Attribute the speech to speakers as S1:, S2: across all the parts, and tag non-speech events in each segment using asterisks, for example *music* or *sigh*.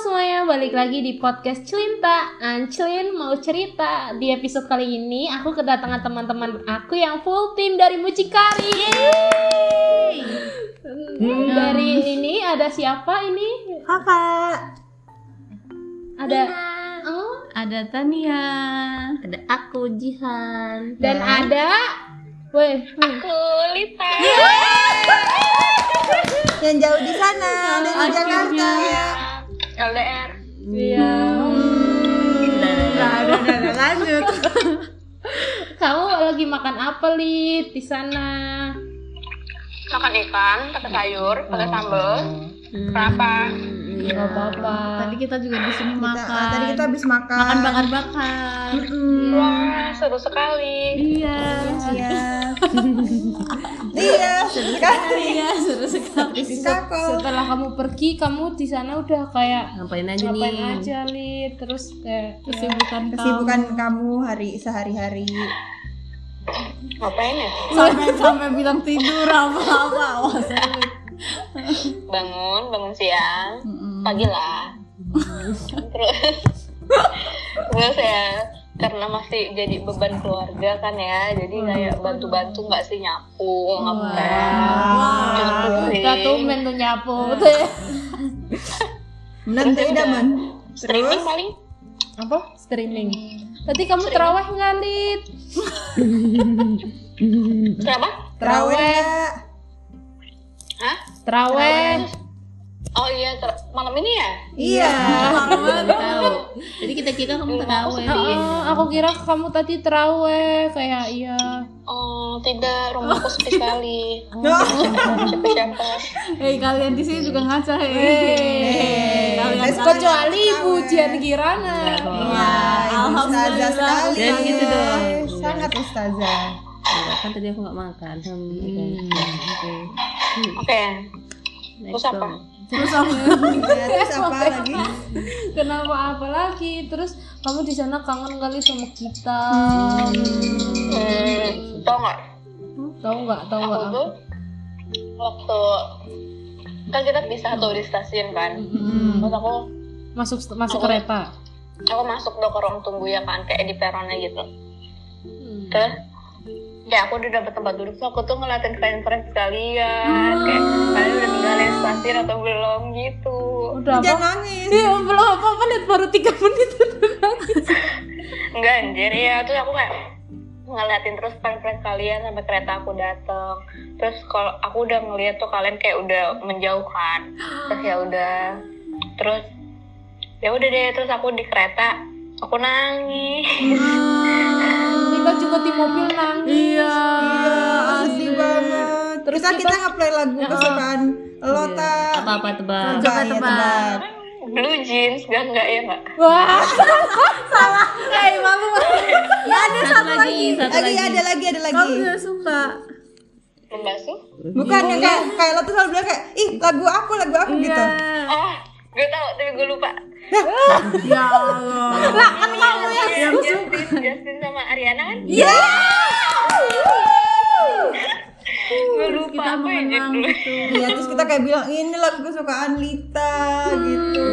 S1: semuanya, balik lagi di podcast Celinta Ancilin mau cerita Di episode kali ini, aku kedatangan teman-teman aku yang full tim dari Mucikari Hmm, Dari ini ada siapa ini?
S2: Kakak.
S1: Ada Oh,
S2: Ada Tania. Ada aku Jihan.
S1: dan ada Woi,
S2: yang jauh di sana dari Jakarta.
S1: iya.
S2: Nah, udah, udah, udah, lanjut.
S1: Kamu lagi makan apa, Lid, di sana?
S3: makan ikan pakai sayur pakai sambal kenapa
S4: Iya,
S1: Gak apa-apa
S4: Tadi kita juga di sini
S2: Kita- ah,
S4: makan.
S2: tadi kita habis makan.
S4: makan bakar-bakar.
S2: Mm,
S3: wah seru sekali
S4: Iya.
S2: Iya. *laughs* Iya, seru sekali.
S4: Iya, seru sekali.
S2: Bisa kok.
S1: Setelah kamu pergi, kamu di sana udah kayak
S4: Ngapain aja
S1: ngapain
S4: nih?
S1: aja Lid terus kayak ya.
S4: Kesibukan kamu.
S2: Kesibukan kamu hari sehari-hari.
S3: ngapain ya
S4: Sampai sampai bilang tidur apa-apa. Wah, seru.
S3: bangun bangun siang pagi lah terus *laughs* terus ya karena masih jadi beban keluarga kan ya jadi kayak bantu-bantu nggak sih nyapu ngepel
S1: Wah,
S3: Nyapu
S1: kita
S3: sih.
S1: tuh main tuh nyapu tuh ya.
S2: Bener tuh Ida, men.
S3: streaming paling
S1: apa streaming tadi kamu terawih nggak Lid
S3: kenapa
S2: Terawih.
S3: Hah?
S1: terawih
S3: oh iya ter- malam ini ya
S2: *laughs* Iya.
S4: Tahu. Jadi kita kira kamu eh. terawih.
S1: Oh, aku kira kamu tadi terawih kayak iya
S3: oh tidak rumahku sepi sekali *laughs*
S2: Oh.
S3: siapa
S4: Hei, kalian di sini juga ngaca, hei. Kalian
S2: Tes
S4: ngaca.
S1: kecuali pujian kirana
S2: Iya, ibu ustazah
S4: Alhamdulillah.
S2: sekali.
S4: Jangan gitu dong.
S2: Sangat ustazah.
S5: kan tadi aku nggak makan hmm.
S3: oke terus apa
S4: Terus aku
S2: Ya, terus apa lagi?
S1: kenapa apa lagi terus kamu di sana kangen kali sama kita
S3: hmm, tau nggak
S1: tahu nggak tahu nggak
S3: aku tuh waktu kan kita pisah tuh di stasiun kan
S4: Hmm.
S3: terus aku
S1: Hmm. masuk masuk
S3: Aku-
S1: kereta
S3: aku masuk dong ke ruang tunggu ya kan kayak di peronnya gitu
S1: Hmm.
S3: terus ya aku udah dapet tempat duduk tuh aku tuh ngeliatin fans fans kalian kayak kalian udah ninggalin stasiun atau belum gitu
S1: udah apa
S2: Jangan nangis.
S1: Iya, belum apa-apa Lid. baru 3 menit udah nangis.
S3: enggak anjir ya terus aku kayak ngeliatin terus fans fans kalian sampai kereta aku dateng terus kalau aku udah ngeliat tuh kalian kayak udah menjauhkan terus ya udah terus ya udah deh terus aku di kereta aku nangis *laughs*
S1: Nika juga di mobil nangis.
S4: Iya.
S2: sedih banget. Terus kita, kita ngeplay lagu kesukaan Lota.
S5: apa tebak
S2: Coba tebak.
S3: blue jeans enggak enggak ya mbak
S1: Wah,
S5: ada satu lagi satu
S2: Lagi
S5: lagi
S2: ada lagi ada lagi.
S4: suka.
S3: membasuh
S2: Bukan yang kayak kayak Lota selalu bilang kayak ih lagu aku lagu aku gitu.
S3: oh gue tahu tapi gue lupa
S4: Ya Allah.
S3: lah kan kamu ya Justin Justin sama Ariana kan
S2: Iya.
S3: gue
S4: Terus
S3: lupa
S4: kita
S3: apa ya
S4: mengenang
S3: judulnya?
S4: gitu.
S2: Iya terus kita kayak bilang ini lagu kesukaan Lita gitu.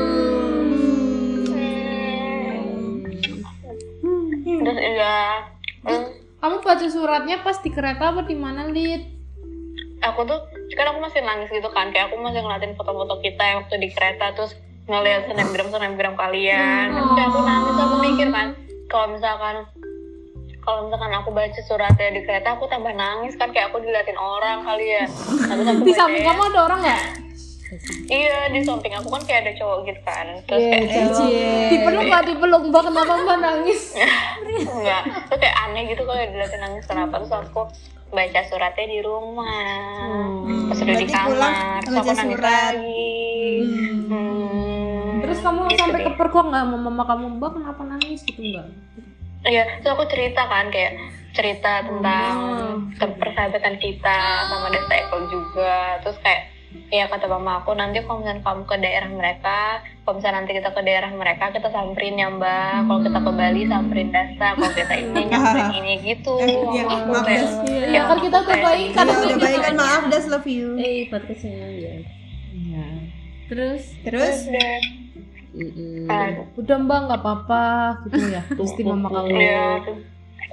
S3: terus iya Hmm.
S1: kamu baca suratnya pas di kereta apa di mana, Lid?
S3: aku tuh kan aku masih nangis gitu kan kayak aku masih ngeliatin foto-foto kita yang waktu di kereta terus ngeliat snapgram snapgram kalian
S1: Hmm.
S3: terus kayak aku nangis aku mikir kan kalau misalkan kalau misalkan aku baca suratnya di kereta aku tambah nangis kan kayak aku diliatin orang kali ya Nah, terus aku
S1: Di samping
S3: bacain.
S1: kamu ada orang nggak?
S3: iya di samping aku kan kayak ada cowok gitu kan terus
S6: Iya,
S4: Eh,
S3: kayak
S1: Dipeluk nggak dipeluk Mbak? Kenapa Mbak nangis?
S3: enggak terus kayak aneh gitu kalau diliatin nangis kenapa terus aku baca suratnya di rumah
S1: Hmm.
S3: pas udah di
S2: Berarti
S3: kamar
S2: pulang
S3: terus aku
S2: baca
S3: nangis
S2: surat.
S3: lagi Hmm.
S1: Terus kamu
S6: Iya,
S3: Gitu
S1: sampai
S3: deh.
S1: kepergok nggak sama mama kamu Mbak? Kenapa nangis gitu Mbak?
S3: Iya, terus aku cerita kan kayak cerita tentang
S1: Hmm.
S3: ke- persahabatan kita sama Desta Eko juga. Terus kayak ya kata mama aku nanti kalau misalnya kamu ke daerah mereka, kalau misalnya nanti kita ke daerah mereka kita samperin ya mbak. Kalau kita ke Bali samperin Desta, kalau kita ini nyamperin ini gitu.
S2: Hmm. Eh,
S3: Mama
S2: iya,
S3: aku
S2: maaf,
S3: kayak,
S2: Des.
S4: Iya,
S1: Ya kan kita udah baik kan.
S2: Iya udah baik kan maaf das love you.
S5: eh podcastnya ya
S2: Terus
S3: Udah.
S5: Mm-mm.
S3: kan
S4: udah mbak nggak apa-apa gitu
S6: *laughs*
S4: ya pasti mama kamu
S3: Iya, terus,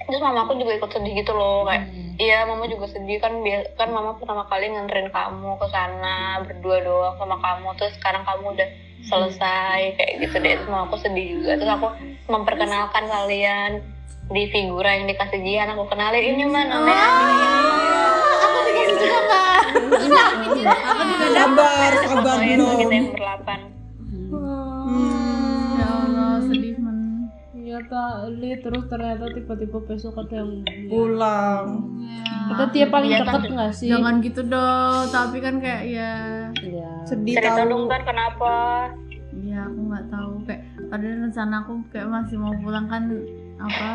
S3: terus mama aku juga ikut sedih gitu loh kayak Iya, mama juga sedih kan. bia- Kan mama pertama kali nganterin kamu ke sana berdua doang sama kamu. Terus sekarang kamu udah selesai kayak gitu deh. Terus mama aku sedih juga. Terus aku memperkenalkan kalian di figura yang dikasih Jihan. Aku kenalin ini mana Nek
S1: Ah, Aku dikasih juga Mbak.
S6: Iya.
S2: Sabar,
S3: Iya.
S2: sabar
S3: Nek
S2: dulu.
S3: kita yang berlapan.
S2: Hmm.
S4: ya Allah sedih men ternyata li terus ternyata tiba-tiba besok ada yang
S2: Pulang.
S4: atau dia paling
S3: Iya,
S4: deket
S3: kan.
S4: nggak sih
S6: Jangan gitu dong, tapi kan kayak ya,
S5: Iya.
S2: Sedih
S3: Cerita
S2: tahu.
S3: dong kan kenapa?
S6: ya aku nggak tahu kayak padahal rencana aku kayak masih mau pulang kan apa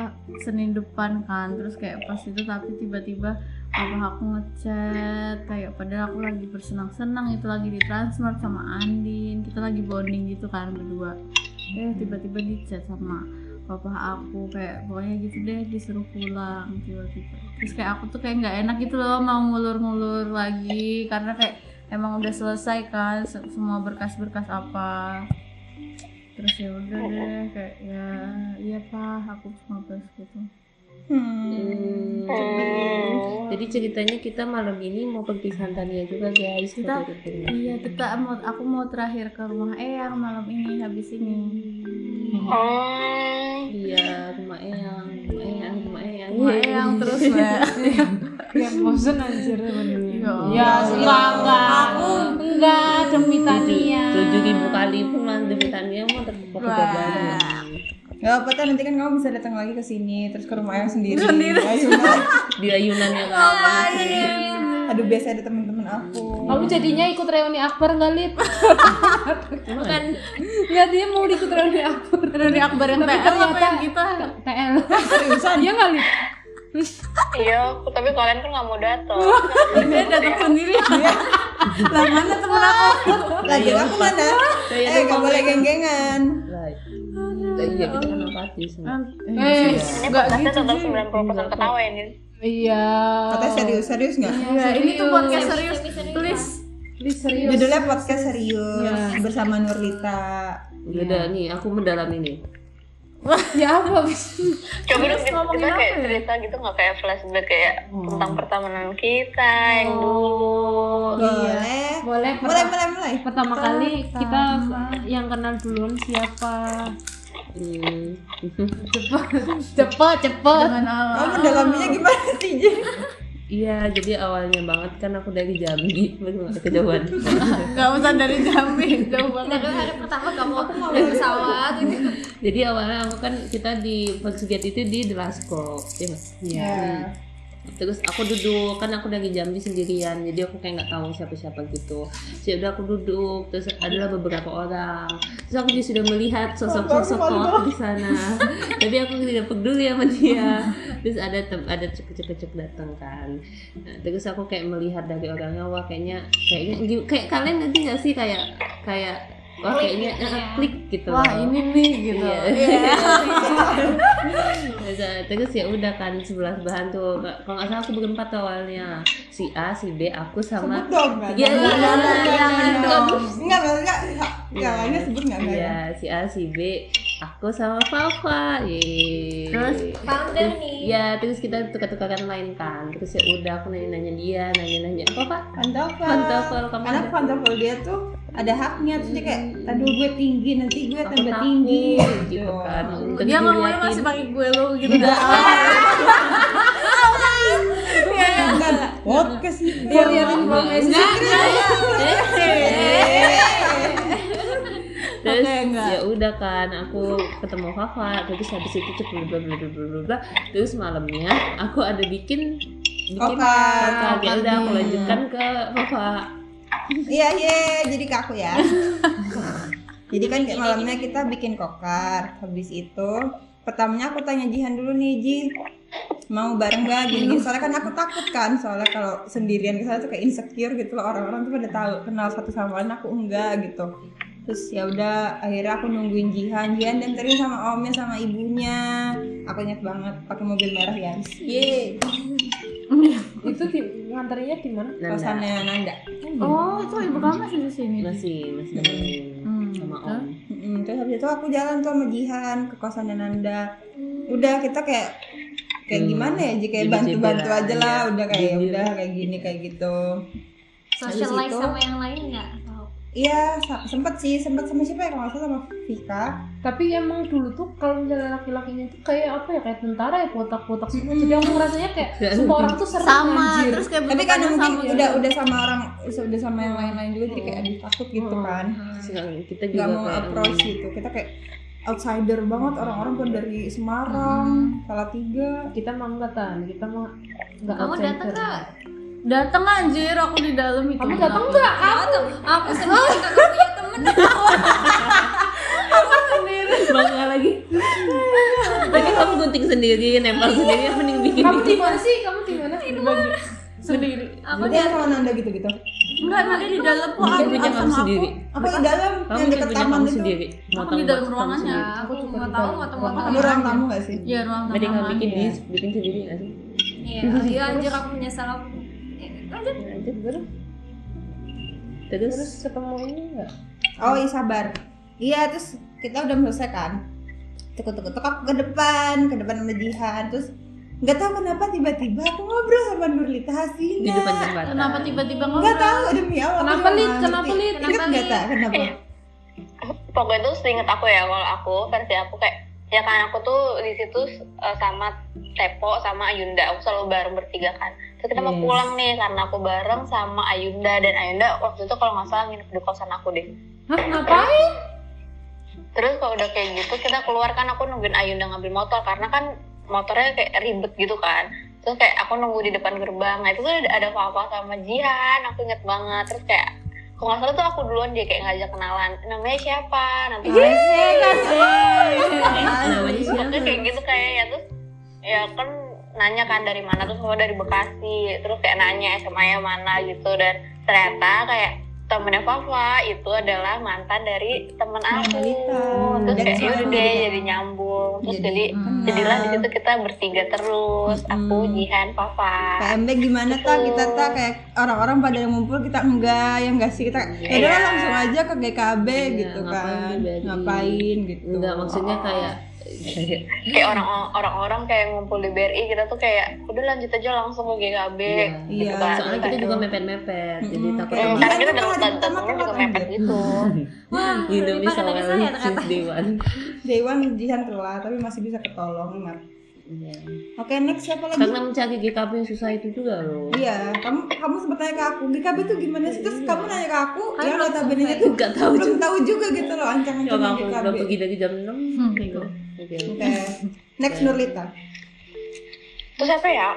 S6: Senin depan kan, terus kayak pas itu tapi tiba-tiba apa aku ngechat kayak padahal aku lagi bersenang-senang itu lagi di transfer sama Andin kita lagi bonding gitu kan berdua eh tiba-tiba di chat sama papa aku kayak pokoknya gitu deh disuruh pulang tiba-tiba terus kayak aku tuh kayak nggak enak gitu loh mau ngulur-ngulur lagi karena kayak emang udah selesai kan se- semua berkas-berkas apa terus ya udah deh kayak ya iya pak aku cuma beres gitu
S2: Hmm.
S5: Hmm.
S3: Hmm.
S5: Jadi ceritanya kita malam ini mau perpisahan Tania juga guys.
S6: Kita-
S5: Foto di rumah.
S6: iya kita mau aku mau terakhir ke rumah eyang malam ini habis ini
S3: Hmm.
S5: Iya, rumah eyang, rumah eyang, rumah eyang.
S6: rumah eyang terus ya
S4: yang bosen anjir bener
S6: Ya.
S4: ya enggak enggak enggak demi Tania
S5: Tujuh ribu kali pun mas demi Tania mau tetap aku
S6: Wah.
S5: gagal.
S2: Gak apa Tan, nanti kan kamu bisa datang lagi ke sini terus ke rumah yang sendiri. Ayo, Tan.
S5: Di ayunannya kan.
S2: Aduh biasa ada teman-teman aku.
S4: kamu jadinya ikut reuni akbar nggak Lid?
S5: Bukan.
S4: nggak dia mau ikut reuni akbar
S6: dari akbar yang
S4: Tapi
S6: TL apa
S4: ternyata-
S6: yang kita
S4: TL iya nggak Lid?
S3: Iya, aku- tapi kalian kan nggak mau datang.
S6: dia datang sendiri lah mana temen aku
S2: Lagi
S5: iya.
S2: aku mana? Eh gak boleh genggengan.
S5: Right. Iya, kita kan apatis.
S6: Iya.
S4: eh nggak
S3: Tapi
S4: gitu
S3: tetap 90% ketawa ini.
S4: iya
S5: Oh.
S2: Katanya serius serius nggak?
S5: Iya,
S6: Enggak, ini tuh podcast serius please
S4: Lid serius
S2: Judulnya podcast serius
S5: Iya.
S2: bersama Nurlita.
S5: Udah nih, aku mendalami nih.
S4: ya apa
S3: Coba dong kita, kita kayak
S4: ya?
S3: cerita gitu nggak kayak flashback kayak
S4: Hmm.
S3: tentang pertemanan kita yang
S4: Oh.
S5: Oh,
S3: dulu.
S5: iya.
S2: Boleh.
S4: boleh
S2: Mulai
S4: pertama,
S2: mulai mulai.
S4: pertama kali kita yang kenal duluan siapa
S5: Hmm.
S4: cepet cepet
S6: dengan Allah
S2: Kamu mendalaminya gimana sih? Ji?
S5: Iya, jadi awalnya banget kan aku dari Jambi, *laughs* baru nggak kejauhan.
S6: nggak usah dari Jambi jauh banget
S5: *laughs* jadi awalnya aku kan kita di Persugiat itu di Delaskop, ya mas.
S6: Iya.
S2: Ya.
S5: terus aku duduk kan aku dari Jambi sendirian jadi aku kayak nggak tahu siapa-siapa gitu jadi udah aku duduk terus adalah beberapa orang terus aku juga sudah melihat sosok-sosok kok di sana *laughs* tapi aku tidak peduli sama dia terus ada tem- ada cek-cek datang kan Nah, terus aku kayak melihat dari orangnya wah kayaknya kayaknya gi- kayak kalian nanti nggak sih kayak kayak wah kayaknya eh, klik gitu
S6: wah
S5: loh.
S6: ini nih gitu
S5: Iya. Terus, eh, Terus ya udah kan sebelas bahan tuh. Nggak- Kalau nggak salah aku berempat tuh awalnya. Si A, si B, aku sama
S2: Sebut dong nggak?
S5: Iya, iya, iya, iya, dong.
S2: Enggak enggak enggak. Enggak lainnya sebut nggak enggak ya?
S5: Iya, si A, si B, aku sama Papa. Yeay.
S6: Terus?
S5: Terus, Iya, terus kita tukar-tukaran lain kan. Terus ya udah aku nanya-nanya dia, nanya-nanya apa Pak?
S2: Pantofel.
S5: Pantofel, kamu
S2: Karena
S5: ada-
S2: pantofel dia tuh ada haknya terus dia kayak, aduh gue tinggi nanti gue
S5: Aku
S2: tambah
S5: takut,
S2: tinggi
S5: gitu kan. Terus
S6: dia ngomongnya
S5: diliatin.
S6: masih pakai gue lu gitu
S2: Nah,
S5: *laughs*
S6: kan
S2: Kan podcast
S5: Iya.
S2: ini.
S5: terus
S6: Oke, enggak.
S5: ya udah kan aku ketemu Fafa terus habis itu tuh bla bla bla bla bla bla, bla. terus malamnya aku ada bikin bikin
S2: Kokar.
S5: kokar. ya udah aku lanjutkan ke Fafa
S2: Iya iya jadi ke aku ya. jadi kan kayak malamnya kita bikin kokar. Habis itu pertamanya aku tanya Jihan dulu nih Ji mau bareng gak gini soalnya kan aku takut kan soalnya kalau sendirian ke sana tuh kayak insecure gitu loh orang-orang tuh pada tahu kenal satu sama lain aku enggak gitu terus ya udah akhirnya aku nungguin Jihan Jihan dianterin sama omnya sama ibunya aku ingat banget pakai mobil merah ya
S5: yeay
S4: itu di, nganternya di mana
S5: Nanda
S2: kosannya Nanda
S6: oh itu ibu kamu masih di sini
S5: masih masih nemenin
S6: Hmm,
S5: Iya, sama
S6: betul.
S5: Om
S2: Mm, terus itu aku jalan tuh sama Jihan ke kosannya Nanda
S1: Hmm.
S2: udah kita kayak kayak
S5: Hmm.
S2: gimana ya Ji kayak
S5: Jadi
S2: bantu-bantu
S5: jebelan,
S2: aja lah
S5: ya.
S2: udah kayak
S5: Jadi-
S2: udah kayak gini kayak gitu
S1: Socialize
S2: Habis itu-
S1: sama yang lain nggak?
S2: iya sa- sempet sih sempet sama siapa ya kalau nggak salah sama Vika
S1: Hmm,
S4: tapi emang dulu tuh kalau misalnya laki-lakinya tuh kayak apa ya kayak tentara ya kotak-kotak semua jadi aku ngerasanya
S5: Hmm.
S4: kayak semua orang tuh serem
S6: sama
S4: anjir.
S6: terus kayak
S2: tapi karena
S6: bentukannya
S2: mungkin
S6: sama
S2: udah
S6: juga.
S2: udah sama orang udah sama yang lain-lain juga jadi
S1: Hmm.
S2: kayak aduh takut gitu kan
S5: Sekarang kita juga
S2: nggak mau
S5: Iya, kayak,
S2: approach gitu kita kayak outsider banget orang-orang kan dari
S1: Hmm.
S2: Semarang Salatiga
S4: kita mah enggak tan kita mah enggak
S1: Kamu datang nggak?
S6: dateng anjir aku di dalam itu
S4: kamu datang nggak
S7: Aku sendiri kagak punya
S6: *laughs*
S7: temen
S5: bangga lagi tapi kamu gunting sendiri nempel sendiri yang mending bikin gitu.
S4: kamu di mana sih kamu di mana sih sendiri
S2: aku dia sama Nanda gitu gitu
S6: enggak nanti di dalam kok
S5: mungkin
S6: aku sama
S5: punya kamu
S6: aku
S5: sendiri
S2: apa di dalam yang
S5: kamu mungkin
S2: dekat
S5: punya
S2: taman
S5: kamu
S2: itu
S5: sendiri mau
S6: aku
S5: tamu
S6: di dalam
S5: kamu
S6: ruangannya
S5: sendiri.
S7: Aku cuma tahu mau temen
S2: kamu ruang tamu nggak sih
S6: ya ruang
S5: mending kamu
S6: tamu
S5: bikin
S6: aja.
S5: di bikin sendiri nggak sih
S7: Iya, iya anjir aku menyesal aku Eh, lanjut.
S5: Lanjut, terus terus
S4: terus ketemu ini enggak
S2: oh iya sabar iya terus kita udah selesai kan tekuk tekuk tekuk aku ke depan ke depan sama Jihan terus nggak tahu kenapa tiba-tiba aku ngobrol sama Nurlita Hasina
S5: di depan ya? jembatan
S6: kenapa tiba-tiba
S2: nggak
S6: ngobrol
S2: tahu demi Allah
S4: Kenapa, Lid? Kenapa, Lid?
S2: kenapa
S7: Kenapa,
S2: nggak
S7: Lid?
S2: tahu kenapa
S3: Eh, pokoknya tuh seinget aku ya kalau aku versi aku kayak ya kan aku tuh di situ eh, sama Tepo sama Ayunda aku selalu bareng bertiga kan terus kita mau
S4: Hmm.
S5: Yes.
S3: pulang nih karena aku bareng sama Ayunda dan Ayunda waktu itu kalau nggak salah nginep di kosan aku deh
S4: hah ngapain
S3: terus kalau udah kayak gitu kita keluar kan aku nungguin Ayunda ngambil motor karena kan motornya kayak ribet gitu kan terus kayak aku nunggu di depan gerbang nah itu tuh ada, ada Fafa sama Jihan aku inget banget terus kayak kalau nggak salah tuh aku duluan dia kayak ngajak kenalan namanya siapa Nah, nanti
S2: Iya.
S5: Iya, kan? namanya siapa
S3: terus kayak gitu kayak ya terus ya kan nanya kan dari mana terus semua dari Bekasi terus kayak nanya SMA nya mana gitu dan ternyata kayak temennya Fafa itu adalah mantan dari temen aku
S2: Melita.
S3: terus
S2: Jadi
S3: kayak yaudah
S2: sekarang
S3: deh
S2: juga.
S3: jadi nyambung terus
S2: Jadi
S3: jadi
S5: Kan
S2: kenal.
S3: jadilah di situ kita bertiga terus aku
S2: Mm-mm.
S3: Jihan Fafa
S2: PMB gimana ta kita ta kayak orang-orang pada yang ngumpul kita enggak yang enggak sih kita ya udah lah, langsung aja ke GKB
S5: Iya,
S2: gitu
S5: ngapain
S2: kan
S5: pribadi.
S2: ngapain gitu
S5: enggak maksudnya kayak
S3: kayak orang orang-orang kayak ngumpul di BRI kita tuh kayak udah lanjut aja langsung ke GKB
S2: Iya,
S3: gitu kan
S5: soalnya kita
S3: Kayak-
S5: juga mepet-mepet jadi
S2: Mm-mm,
S5: takut
S2: kayak
S5: sama
S3: karena
S2: Iya,
S3: kita
S2: itu
S3: udah
S2: hari
S3: nonton
S2: pertama
S3: temen juga
S2: telat
S3: mepet
S2: aja.
S3: gitu
S7: Wah,
S5: you know
S7: lebih
S5: me so
S7: parah dari
S5: well
S7: saya
S5: since
S7: ternyata.
S5: day one
S2: Dewan Jihan telat tapi masih bisa ketolong Mar.
S5: Iya.
S2: oke next siapa lagi
S5: karena mencari GKP yang susah itu juga loh
S2: Iya, kamu kamu sempat nanya ke aku, GKB tuh gimana sih? Terus kamu nanya ke aku,
S7: Kan
S2: yang
S7: belum
S2: notabene
S7: selesai.
S2: tuh
S5: Nggak tahu
S2: belum Iya, tahu juga gitu loh
S5: Ya,
S2: ancang-ancang
S5: kamu
S2: GKB.
S5: udah pergi dari jam 6
S6: Hmm, gitu.
S5: Oke.
S2: Oke, next Nurlita.
S3: terus apa ya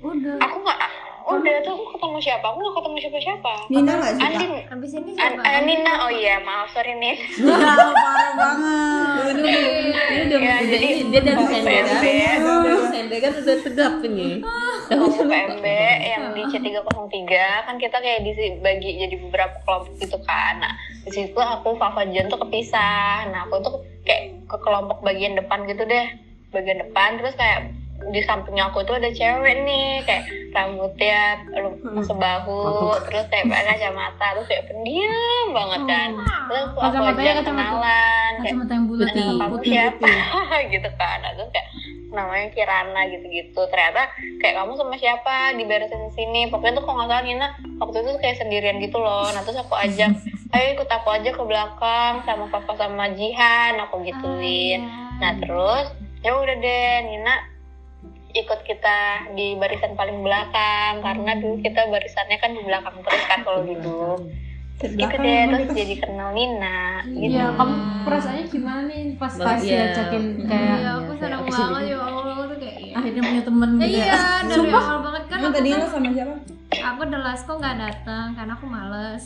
S6: udah
S3: aku nggak oh, udah tuh aku ketemu siapa aku nggak ketemu siapa siapa
S2: Nina nggak sih? Kak?
S3: Andin
S7: Abis ini
S3: An-
S7: siapa?
S3: eh, Nina oh iya maaf sorry Nin
S2: *laughs* Parah banget.
S5: Ini udah, ini
S3: Ya,
S5: udah, udah-
S3: jadi
S5: ini dia dari
S2: Mbak
S5: sendok
S3: PMB.
S5: sendok kan udah tegap ini. Tahu
S3: aku
S5: siapa?
S3: PMB yang
S6: Ah.
S3: di C303 kan kita kayak dibagi jadi beberapa kelompok gitu kan nah di situ aku Fafa Jen tuh kepisah nah aku tuh kayak ke kelompok bagian depan gitu deh bagian depan terus kayak di sampingnya aku tuh ada cewek nih kayak rambutnya lu-
S6: Hmm.
S3: sebahu terus kayak pakai kacamata terus kayak pendiam banget
S6: Oh.
S3: kan terus aku
S1: Kacamatanya
S3: ajak
S1: kacamata-
S3: kenalan kayak
S6: ya, kacamata yang bulat
S5: Putih,
S6: yang
S3: kamu
S6: putih
S3: siapa *laughs* gitu kan Nah, terus kayak namanya Kirana gitu-gitu ternyata kayak kamu sama siapa diberesin sini pokoknya tuh kalau nggak salah Nina waktu itu kayak sendirian gitu loh nah terus aku ajak ayo ikut aku aja ke belakang sama papa sama Jihan aku gituin
S1: Ah.
S3: nah terus ya udah deh Nina ikut kita di barisan paling belakang karena dulu kita barisannya kan di belakang terus kan kalau duduk gitu
S2: Belakang
S3: deh
S2: emang
S3: terus
S2: kita-
S3: jadi kenal Nina gitu
S4: iya kamu perasaannya gimana nih pas
S5: Bahagia.
S4: pas diajakin kayak
S7: Iya, aku seneng
S5: Abis ini.
S7: banget ya Allah aku tuh kayak iya.
S6: akhirnya punya temen
S7: Ya
S6: gitu ya.
S7: Iya, dari awal banget kan
S2: Emang
S7: aku
S2: tadi
S7: kan
S2: lo sama siapa?
S7: aku the last kok nggak datang karena aku males.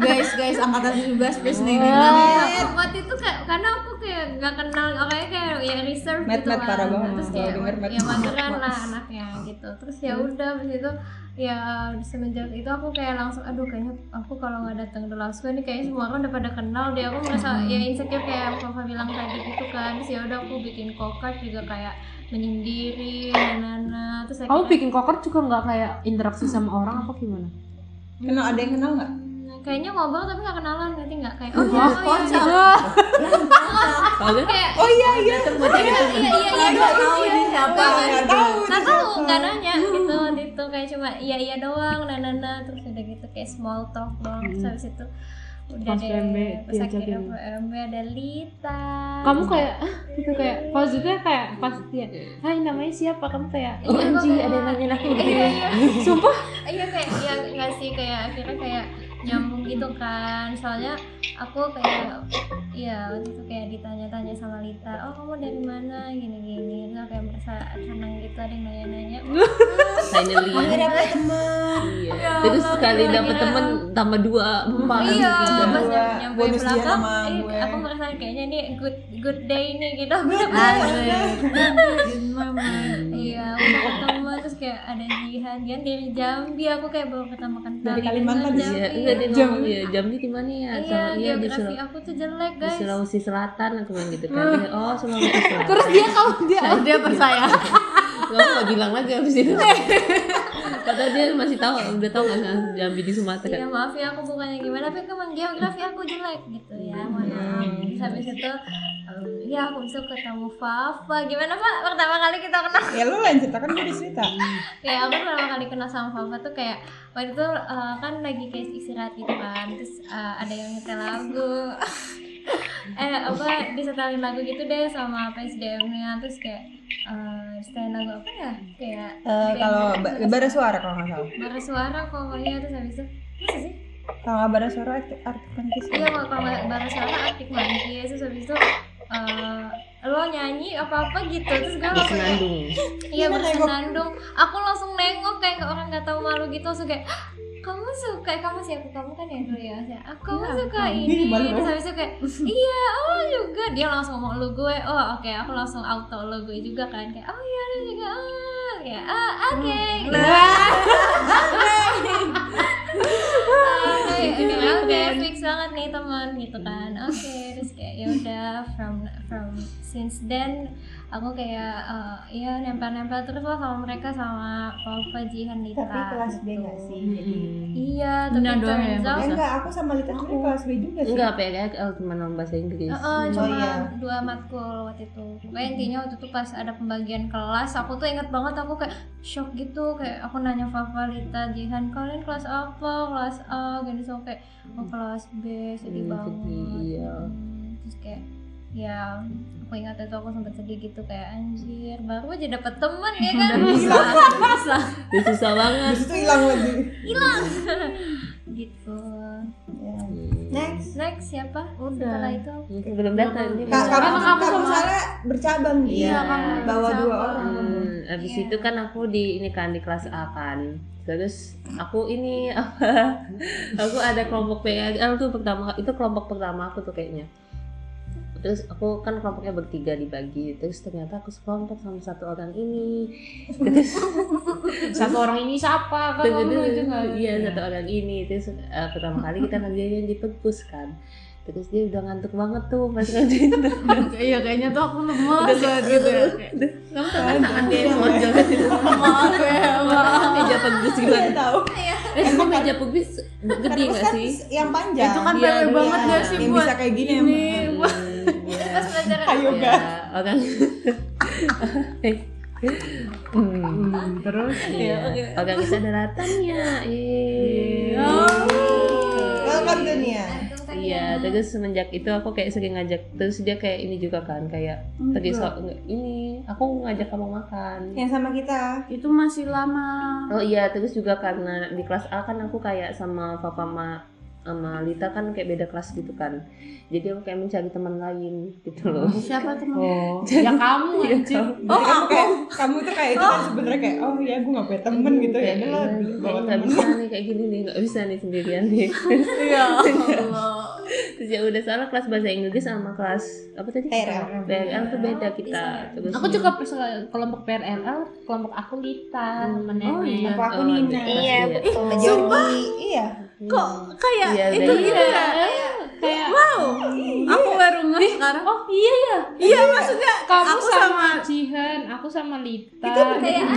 S2: guys guys angkatan 17 plus
S6: Iya.
S2: nih
S7: *laughs*
S2: ya?
S7: Aku waktu itu kayak karena aku kayak nggak kenal, kayak kayak ya reserve
S2: Mat,
S7: gitu
S2: mat,
S7: lah.
S2: parah banget.
S7: Terus
S2: Kalau
S7: kayak
S2: denger, mat.
S7: ya mageran lah anaknya gitu. Terus ya udah abis itu ya semenjak itu aku kayak langsung aduh kayaknya aku kalau nggak datang the last kok ini kayaknya semua orang udah pada kenal dia aku merasa
S2: Hmm.
S7: ya insecure kayak yang Papa bilang tadi gitu kan terus ya udah aku bikin kokak juga kayak menyendiri nana terus
S4: kamu
S7: akhirnya-
S4: bikin koker juga nggak kayak interaksi sama orang apa gimana
S2: kenal ada yang kenal nggak
S7: Hmm, kayaknya ngobrol tapi gak kenalan nanti nggak kayak oh
S4: Wah,
S7: iya oh iya
S4: kocak.
S7: aku kayak
S2: Oh iya iya.
S5: kan
S7: iya iya iya
S2: Nggak
S7: doang
S2: tahu
S7: iya.
S2: ini siapa. Nggak tahu. ini
S7: nggak tahu
S2: siapa.
S7: nggak nanya gitu waktu itu kayak cuma iya iya doang nah nah nah terus udah gitu kayak small talk doang terus habis itu udah
S4: Hmm. Pas
S7: deh
S4: PMB,
S7: pas
S4: diajakin.
S7: akhirnya PMB ada Lita
S4: kamu kayak ah gitu kayak maksudnya kayak pasti ya hai namanya siapa kamu kayak
S7: Iya, kok
S4: anjing
S7: kayak-
S4: ada yang nanyain aku gitu
S7: *laughs* Iya,
S4: ya
S7: iya.
S4: *laughs* sumpah
S7: iya kayak ya nggak sih kayak akhirnya kayak nyambung gitu kan soalnya aku kayak iya waktu itu kayak ditanya-tanya sama Lita oh kamu dari mana gini-gini terus kayak merasa senang gitu ada yang nanya-nanya
S5: finally
S2: Akhirnya dapat teman.
S5: Iya.
S7: Ya
S5: terus
S7: Allah,
S5: sekali
S7: gila,
S5: dapat
S7: gila.
S5: temen tambah dua empat
S7: iya
S5: gitu.
S7: pas
S2: Gua
S7: nyam- nyampe
S2: bonus dia
S7: belakang
S2: sama
S7: eh,
S2: gue.
S7: aku merasa kayaknya ini good good day nih gitu aku udah
S2: Eh,
S7: iya aku udah ketemu terus kayak ada Jihan Jihan dari Jambi aku kayak baru pertama kenal
S2: Dari
S7: gitu,
S2: Kalimantan
S7: Jambi.
S5: Iya, enggak dia
S4: Jam.
S5: ngomong ya, jamnya di mana ya?
S7: iya
S5: Sama- iya, di
S7: geografi
S5: Sula-
S7: aku tuh jelek
S5: di
S7: guys
S2: ya?
S5: Sulawesi Selatan aku bilang gitu kan. Dia, Oh,
S7: *laughs*
S5: Sulawesi Selatan.
S4: terus dia kalau dia
S6: dia
S5: *laughs*
S6: percaya
S5: Gak mau bilang lagi abis
S7: *laughs*
S5: itu. Padahal dia masih tahu, udah tahu nggak sih Jambi di Sumatera.
S7: Iya maaf ya aku bukannya gimana tapi memang geografi aku jelek gitu ya
S2: Hmm.
S7: mohon maaf. Terus habis itu em, ya aku bisa ketemu Fafa gimana Pak pertama kali kita kenal
S2: Ya lu lain cerita kan gue udah cerita.
S7: kayak aku pertama kali kenal sama Fafa tuh kayak waktu itu eh, kan lagi kayak istirahat gitu kan terus eh, ada yang nyetel lagu *laughs* eh apa disetelin lagu gitu deh sama PSDM-nya terus kayak eh disetelin lagu apa ya kayak
S2: Eh, kalau ba-
S7: band-
S2: bara suara kalau nggak salah.
S7: bersuara pokoknya terus habis itu Masa sih
S2: Kalau bara suara arti- artikan kisah.
S7: Iya kalau kalau bareng sama aktif lagi terus habis itu eh, lo nyanyi apa apa gitu terus gue langsung kayak
S5: Senandung.
S7: iya
S2: Gimana, Nengok?
S7: bersenandung aku langsung nengok kayak ke orang nggak tahu malu gitu langsung kayak "Hah, kamu suka kamu siapa kamu kan ya dulu ya Saya, "Ah, kamu suka ini
S2: Ini baru.
S7: terus habis itu kayak iya oh juga dia langsung mau lu gue oh oke aku langsung auto lu gue juga kan kayak oh iya lu juga oh ya ah oke gitu. Oke,
S2: Gitu
S7: oke,
S2: kan.
S7: oke, fix banget nih teman gitu kan. Oke, terus kayak ya udah from from since then aku kayak eh, ya nempel-nempel terus lah sama mereka sama Papa Jihan Lita.
S6: Nah.
S2: Tapi kelas B nggak sih? Jadi
S7: Iya, tapi
S6: Bunda doang ya,
S7: turns
S2: Ya
S7: out
S2: enggak, aku sama Lita sebenarnya kelas B juga sih.
S5: Enggak, PKL cuma nama bahasa Inggris.
S7: eh, eh, cuma
S2: iya.
S7: dua matkul waktu itu Pokoknya intinya waktu itu pas ada pembagian kelas Aku tuh inget banget aku kayak shock gitu Kayak aku nanya Fafa, Lita, Jihan Kalian kelas apa? Kelas A Gini so kayak oh, kelas B Sedih
S5: Hmm,
S7: banget
S5: sedih, iya.
S7: Hmm, Terus kayak ya aku ingat itu aku sempet sedih gitu kayak anjir baru aja dapet temen ya
S5: *laughs*
S7: kan
S5: Dia susah banget.
S2: Terus itu hilang lagi.
S7: *laughs* gitu
S2: Ya.
S7: Iya.
S2: Next.
S7: next siapa setelah itu
S5: Mungkin Belum datang dia.
S2: Kak, kamu,
S4: Emang aku
S2: kamu
S4: sama-
S2: soalnya bercabang gitu.
S6: Iya, kamu
S2: Bawa dua
S6: bercabang.
S2: orang.
S5: Hmm, abis
S7: Iya.
S5: itu kan aku di ini kan di kelas A kan. Terus aku ini *laughs* apa? aku ada kelompok PKL tuh pertama itu kelompok pertama aku tuh kayaknya. Terus aku kan kelompoknya bertiga dibagi. Terus ternyata aku sekelompok sama satu orang ini. Terus
S4: satu orang ini siapa kan kamu itu nggak
S5: Iya satu orang ini terus eh, pertama kali kita ngerjain di perpus kan terus dia udah ngantuk banget tuh pas ngerjain
S6: iya kayaknya tuh aku lemas banget gitu ya Kayak,
S5: kamu tau kan tangan
S2: Iya,
S5: dia yang lonjol ke situ
S6: maaf ya maaf
S5: meja perpus gimana
S2: Iya tahu.
S5: eh emang meja perpus gede
S2: Terus
S5: gak
S2: kan
S5: sih
S2: yang panjang.
S6: itu kan
S5: Iya,
S6: pele
S5: iya.
S6: banget gak sih
S2: yang
S6: buat
S2: bisa kayak gini
S6: ini
S2: emang.
S5: Hmm, iya.
S7: pas belajar
S2: Ayo
S5: Ya,
S2: guys.
S5: orang
S4: Hmm, terus
S5: Iya, orang kita ada ratanya eh
S2: Welcome dunia.
S5: Iya, terus semenjak itu aku kayak sering ngajak terus dia kayak ini juga kan kayak
S6: Iya.
S5: tadi so ini aku ngajak kamu makan.
S2: Yang sama kita.
S6: itu masih lama
S5: Oh iya, terus juga karena di kelas A kan aku kayak sama Papa Ma sama Lita kan kayak beda kelas gitu kan. Jadi aku kayak mencari teman lain gitu loh.
S6: siapa teman
S4: oh ya kamu anjir
S2: Oh,
S6: ah.
S2: kamu kayak, kamu tuh kayak itu kan sebenarnya kayak oh ya gue gak punya temen gitu ya. Udah lah,
S5: Kayaknya
S2: bawa
S5: nggak
S2: temen.
S5: bisa nih kayak gini nih, nggak bisa nih sendirian nih. *laughs*
S6: ya Allah
S5: Terus ya udah salah kelas bahasa Inggris sama kelas apa tadi?
S2: TRL.
S5: TRL tuh beda kita. Terus
S4: aku juga pers- kelompok PRL kelompok aku Lita temennya
S5: Oh iya.
S2: Apa aku
S5: Oh,
S2: Nina?
S3: Iya betul.
S2: Jordi. Iya.
S6: kok kayak
S5: Iya,
S6: itu
S5: iya.
S6: gitu ya
S1: Eh,
S4: kayak
S6: wow aku baru ngeh sekarang
S4: oh iya ya
S6: iya maksudnya
S4: kamu
S6: aku
S4: sama,
S6: sama
S4: Jihan aku sama Lita
S6: Iya,
S7: kayak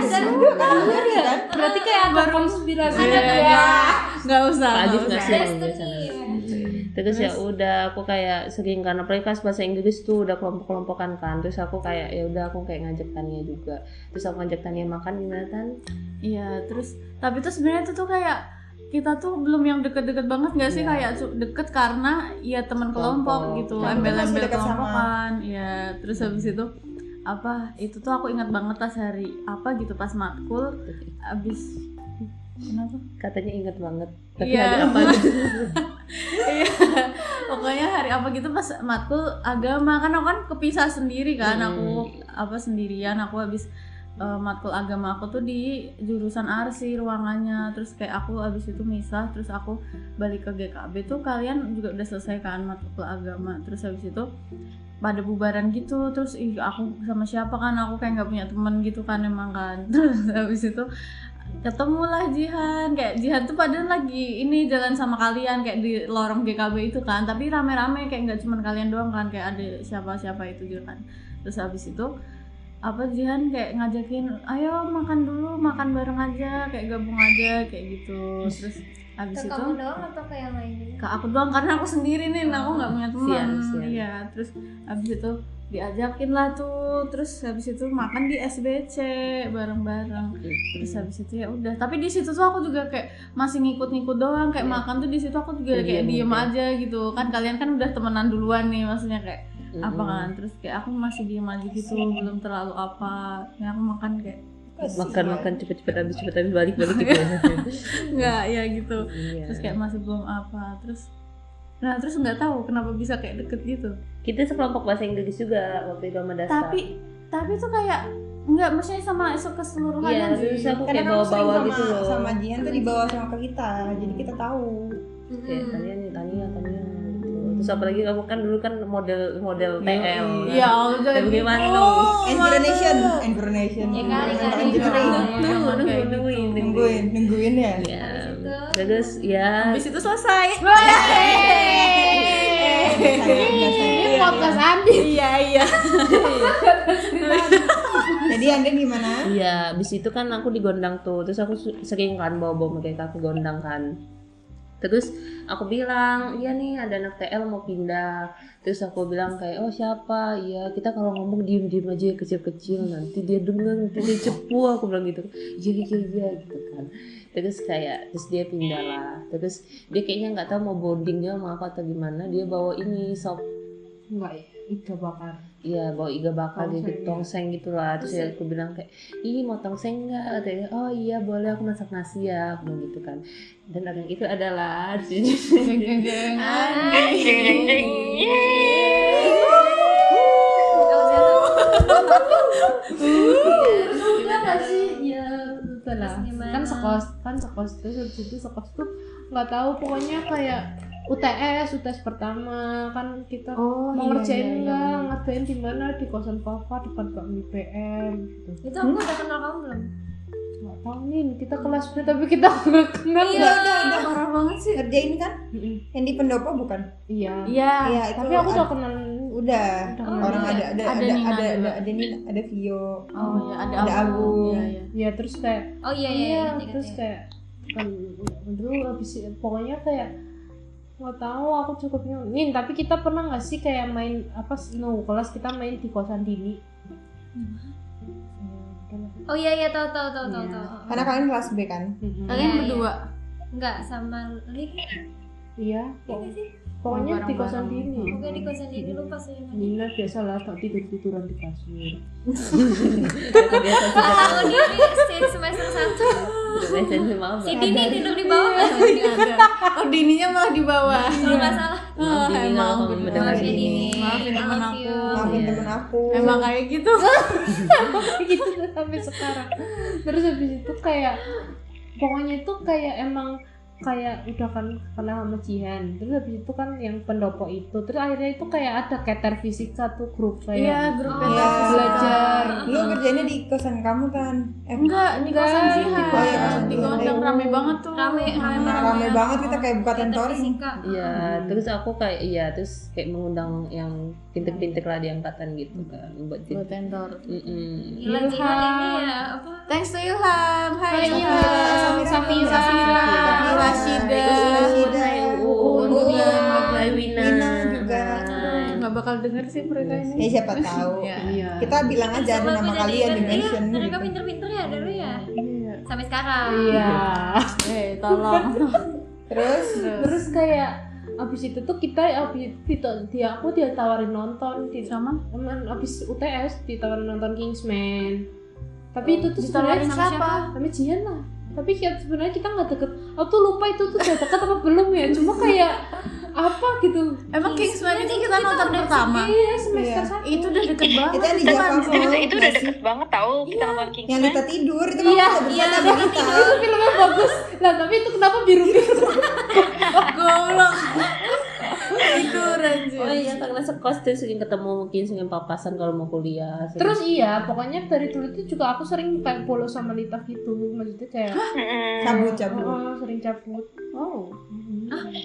S7: ada
S4: berarti kayak ada konspirasi
S6: Iya,
S4: ya.
S6: nggak usah
S5: Pak Adif
S6: nggak usah.
S5: ngasih
S7: destiny
S2: Hmm.
S5: biasanya. terus, ya udah aku kayak sering karena mereka bahasa Inggris tuh udah kelompok-kelompokan kan terus aku kayak ya udah aku kayak ngajak Tania juga terus aku ngajak Tania makan gimana Tan
S6: Iya, terus tapi tuh sebenarnya itu tuh kayak kita tuh belum yang deket-deket banget nggak sih
S5: Iya.
S6: kayak su- deket karena ya teman
S5: Kelompok.
S6: kelompok gitu,
S5: Karena
S2: masih
S6: embel-embel
S2: deket sama.
S6: kelompokan. Iya, terus habis itu apa itu tuh aku ingat banget pas hari apa gitu pas matkul habis kenapa *laughs*
S5: katanya inget banget tapi
S6: Iya.
S5: ada
S2: *laughs*
S5: apa gitu
S6: iya pokoknya hari apa gitu pas matkul agama kan aku kan kepisah sendiri kan
S5: Hmm.
S6: aku apa sendirian aku habis eh, matkul agama aku tuh di jurusan arsi ruangannya terus kayak aku habis itu misah terus aku balik ke GKB tuh kalian juga udah selesai kan matkul agama terus habis itu pada bubaran gitu terus ih aku sama siapa kan aku kayak nggak punya temen gitu kan emang kan *laughs* terus habis itu ketemulah Jihan kayak Jihan tuh padahal lagi ini jalan sama kalian kayak di lorong GKB itu kan tapi rame-rame kayak nggak cuman kalian doang kan kayak ada siapa-siapa itu gitu kan terus habis itu apa Jihan kayak ngajakin ayo makan dulu makan bareng aja kayak gabung aja kayak gitu terus habis
S7: Ke
S6: itu
S7: kamu doang atau ke yang lain juga?
S6: ke aku doang karena aku sendiri nih nah, aku nggak punya teman
S5: Sian, sian.
S6: iya terus habis itu diajakin lah tuh terus habis itu makan di SBC bareng-bareng terus
S5: Iya.
S6: habis itu ya udah tapi di situ tuh aku juga kayak masih ngikut-ngikut doang kayak
S5: Iya.
S6: makan tuh di situ aku juga
S5: Iya,
S6: kayak diem
S5: iya.
S6: aja gitu kan kalian kan udah temenan duluan nih maksudnya kayak
S5: Mm-mm.
S6: apa kan terus kayak aku masih diem aja gitu belum terlalu apa ya aku makan kayak
S5: makan
S6: Iya.
S5: makan cepet cepet habis cepet habis balik balik gitu
S6: nggak ya gitu
S5: Iya.
S6: Iya. terus kayak masih belum apa terus nah terus nggak tahu kenapa bisa kayak deket gitu
S5: kita sekelompok bahasa Inggris juga waktu itu sama Dasta
S6: tapi tapi tuh kayak nggak maksudnya sama se- keseluruhannya
S5: Iya,
S6: sih.
S5: terus aku
S2: Karena
S5: kayak
S2: kamu sering
S5: bawa-bawa
S2: sama,
S5: gitu loh.
S2: sama Jihan tuh dibawa sama ke kita, jadi kita tahu.
S6: hmm.
S5: Kayak Tania nih, Tania, Tania gitu. Terus apalagi kamu kan dulu kan model model
S2: Iya,
S5: TL. kan?
S6: Iya, Oh. aku jadi
S5: Dan gimana?
S2: Oh, Environation, environation.
S7: Ya kali,
S2: Tentang
S7: kali.
S2: engineering.
S5: Gitu.
S6: Iya.
S5: Nungguin,
S6: Kayak
S5: nungguin, nungguin.
S2: Nungguin, nungguin ya.
S5: Iya. Terus ya
S6: Habis itu selesai.
S2: Sangat nggak
S1: Ini
S2: sayang.
S1: podcast Andi.
S6: Iya, iya.
S2: Jadi anda gimana?
S5: Iya, abis itu kan aku digondang tuh, terus aku su- sering kan bawa-bawa mereka aku gondang kan. Terus aku bilang, iya nih ada anak TL mau pindah. Terus aku bilang kayak, oh siapa? Iya kita kalau ngomong diem-diem aja yang kecil-kecil, nanti dia denger, nanti dia cepu. Aku bilang gitu, iya iya iya gitu kan. Terus kayak, terus dia pindah lah. Terus dia kayaknya nggak tahu mau bonding dia mau apa atau gimana. Dia bawa ini sop
S4: Enggak ya, iga bakar.
S5: Iya bawa iga bakar
S4: Tongseng,
S5: gitu
S4: iya.
S5: tongseng gitu lah terus ya aku bilang kayak ih mau tongseng nggak katanya oh iya boleh aku masak nasi ya aku bilang gitu kan dan orang itu adalah
S3: Jeng jeng jeng. Yeay.
S4: Enggak nggak sih? Ya, gitu lah.
S7: Terus gimana?
S4: Kan sekos, kan sekos terus habis itu sekos tuh nggak tahu pokoknya kayak UTS, UTS pertama kan kita
S6: Oh,
S4: mau ngerjain nggak, ngerjain di mana di kosan papa dekat Pak IPM gitu.
S7: Itu aku udah kenal kamu belum?
S4: Nggak tahu nih kita kelas B tapi kita *laughs* nggak kenal
S2: Udah,
S4: nggak?
S2: Iya, udah, udah.
S6: Parah banget sih.
S2: Kerjain kan?
S4: Mm-mm.
S2: Yang di pendopo bukan?
S4: Iya.
S6: Iya.
S2: Iya, itu
S4: Tapi aku udah
S2: ad-
S4: kenal
S2: udah.
S4: udah kenal.
S2: Orang ada ada
S6: Ada
S2: ada
S6: Nina
S2: ada
S6: juga.
S2: ada ada Nina, ada Vio.
S6: Oh, iya ada
S2: Ada Agung.
S6: Iya, iya.
S4: Iya terus kayak
S7: Oh iya iya.
S4: iya
S7: ingat,
S4: terus
S7: ingat.
S4: kayak kan dulu habis pokoknya kayak nggak tahu aku cukupnya nih tapi kita pernah nggak sih kayak main apa snow kelas kita main di kosan dini
S7: Oh iya iya tahu tahu tahu tahu
S4: Iya.
S7: tahu.
S2: Karena kalian kelas B kan?
S4: Mm-mm.
S6: Kalian
S7: Iya,
S6: berdua.
S7: Enggak sama Lik
S4: iya
S7: Iya
S4: pok-
S7: sih.
S4: pokoknya di kosan
S6: Bareng-bareng.
S4: dini
S7: Mungkin di kosan dia dulu pas lagi mandi.
S4: Nina biasalah tak tidur tiduran di kasur
S5: aku biasa sih
S7: Kalau aku di stage semester 1
S5: biasa sih maaf
S7: Si
S5: banget.
S7: Dini duduk di bawah kan?
S6: Ada. Oh, dininya malah di bawah.
S7: Kalau nggak salah
S5: Maaf, Iya,
S6: Oh,
S5: Dini,
S6: emang
S5: kalau kamu
S6: bener.
S5: mendengar
S7: Maaf ya
S5: ini.
S7: Dini
S6: Maafin
S7: I
S6: temen
S7: love you.
S6: aku.
S2: Maafin
S5: Iya.
S2: temen aku.
S6: Emang kayak gitu.
S4: *laughs* gitu tuh sampai sekarang terus habis itu kayak pokoknya itu kayak emang kayak udah kan kenal sama Jihan terus habis itu kan yang pendopo itu terus akhirnya itu kayak ada cater fisika tuh grup
S6: Iya,
S4: kayak
S6: grup
S7: Iya.
S6: belajar.
S4: belajar
S2: Lu kerjainnya di kosan kamu kan? Eh,
S6: Enggak, di kosan
S4: Enggak.
S6: Jihan.
S2: Oh, iya, kosan
S6: Di
S2: Jihan.
S6: kosan rame banget tuh.
S7: Rame rame
S2: Nah, rame banget kita kayak buka tentoring.
S5: Iya,
S4: Hmm.
S5: terus aku kayak iya terus kayak mengundang yang pinter-pinter lah di angkatan gitu kan buat jadi.
S6: tentor.
S5: Mm-mm.
S7: Gila Jihan ini ya apa?
S6: Thanks to Ilham. Hai
S4: Hai,
S6: Ilham.
S4: Ilham. Safira.
S6: Safira. Rashida,
S2: Rashida,
S5: Hai
S2: Uun,
S5: Uun,
S2: Wina,
S5: Hai Wina,
S2: Wina juga.
S5: Hai.
S6: nggak bakal denger sih mereka
S2: ya
S6: ini
S2: siapa tahu
S6: Iya.
S5: Iya.
S4: gitu.
S2: kita bilang aja ada nama kalian di mention
S7: Iya, mereka
S2: gitu.
S7: pinter-pinter ya dulu ya
S6: Iya.
S7: sampai sekarang
S4: Iya.
S6: Eh, tolong.
S2: terus
S4: Terus kayak abis itu tuh kita abis itu dia aku dia tawarin nonton di
S6: Sama
S4: Cuman abis UTS ditawarin nonton Kingsman. Tapi itu tuh
S6: Oh, ditawarin
S4: sebenarnya
S6: sama siapa?
S4: sama Jihan lah. Tapi kita- sebenarnya kita nggak deket. Aku tuh lupa itu tuh udah deket apa belum ya. Cuma kayak apa gitu.
S6: *laughs* Emang Kingsman itu kita nonton
S7: udah
S6: pertama.
S4: Iya semester
S2: Iya.
S4: satu.
S6: Itu udah deket *laughs* banget.
S2: Itu yang di
S6: kan?
S2: Java
S6: Sama-
S2: Mall.
S3: itu, itu udah
S2: nggak iya sih?
S3: deket banget tau kita nonton
S2: yang
S3: Kingsman
S2: kita tidur itu kamu nggak berdua sama kita
S4: Itu filmnya bagus. Lah tapi itu kenapa biru biru?
S6: Goblok. Tidur anjir.
S5: Oh iya, karena sekos tuh sering ketemu mungkin sering papasan kalau mau kuliah. sering-
S4: Terus iya, pokoknya dari dulu itu juga aku sering kayak follow sama Lita gitu. Maksudnya kayak
S3: Mm-mm.
S2: cabut cabut
S4: oh, sering cabut.
S5: oh.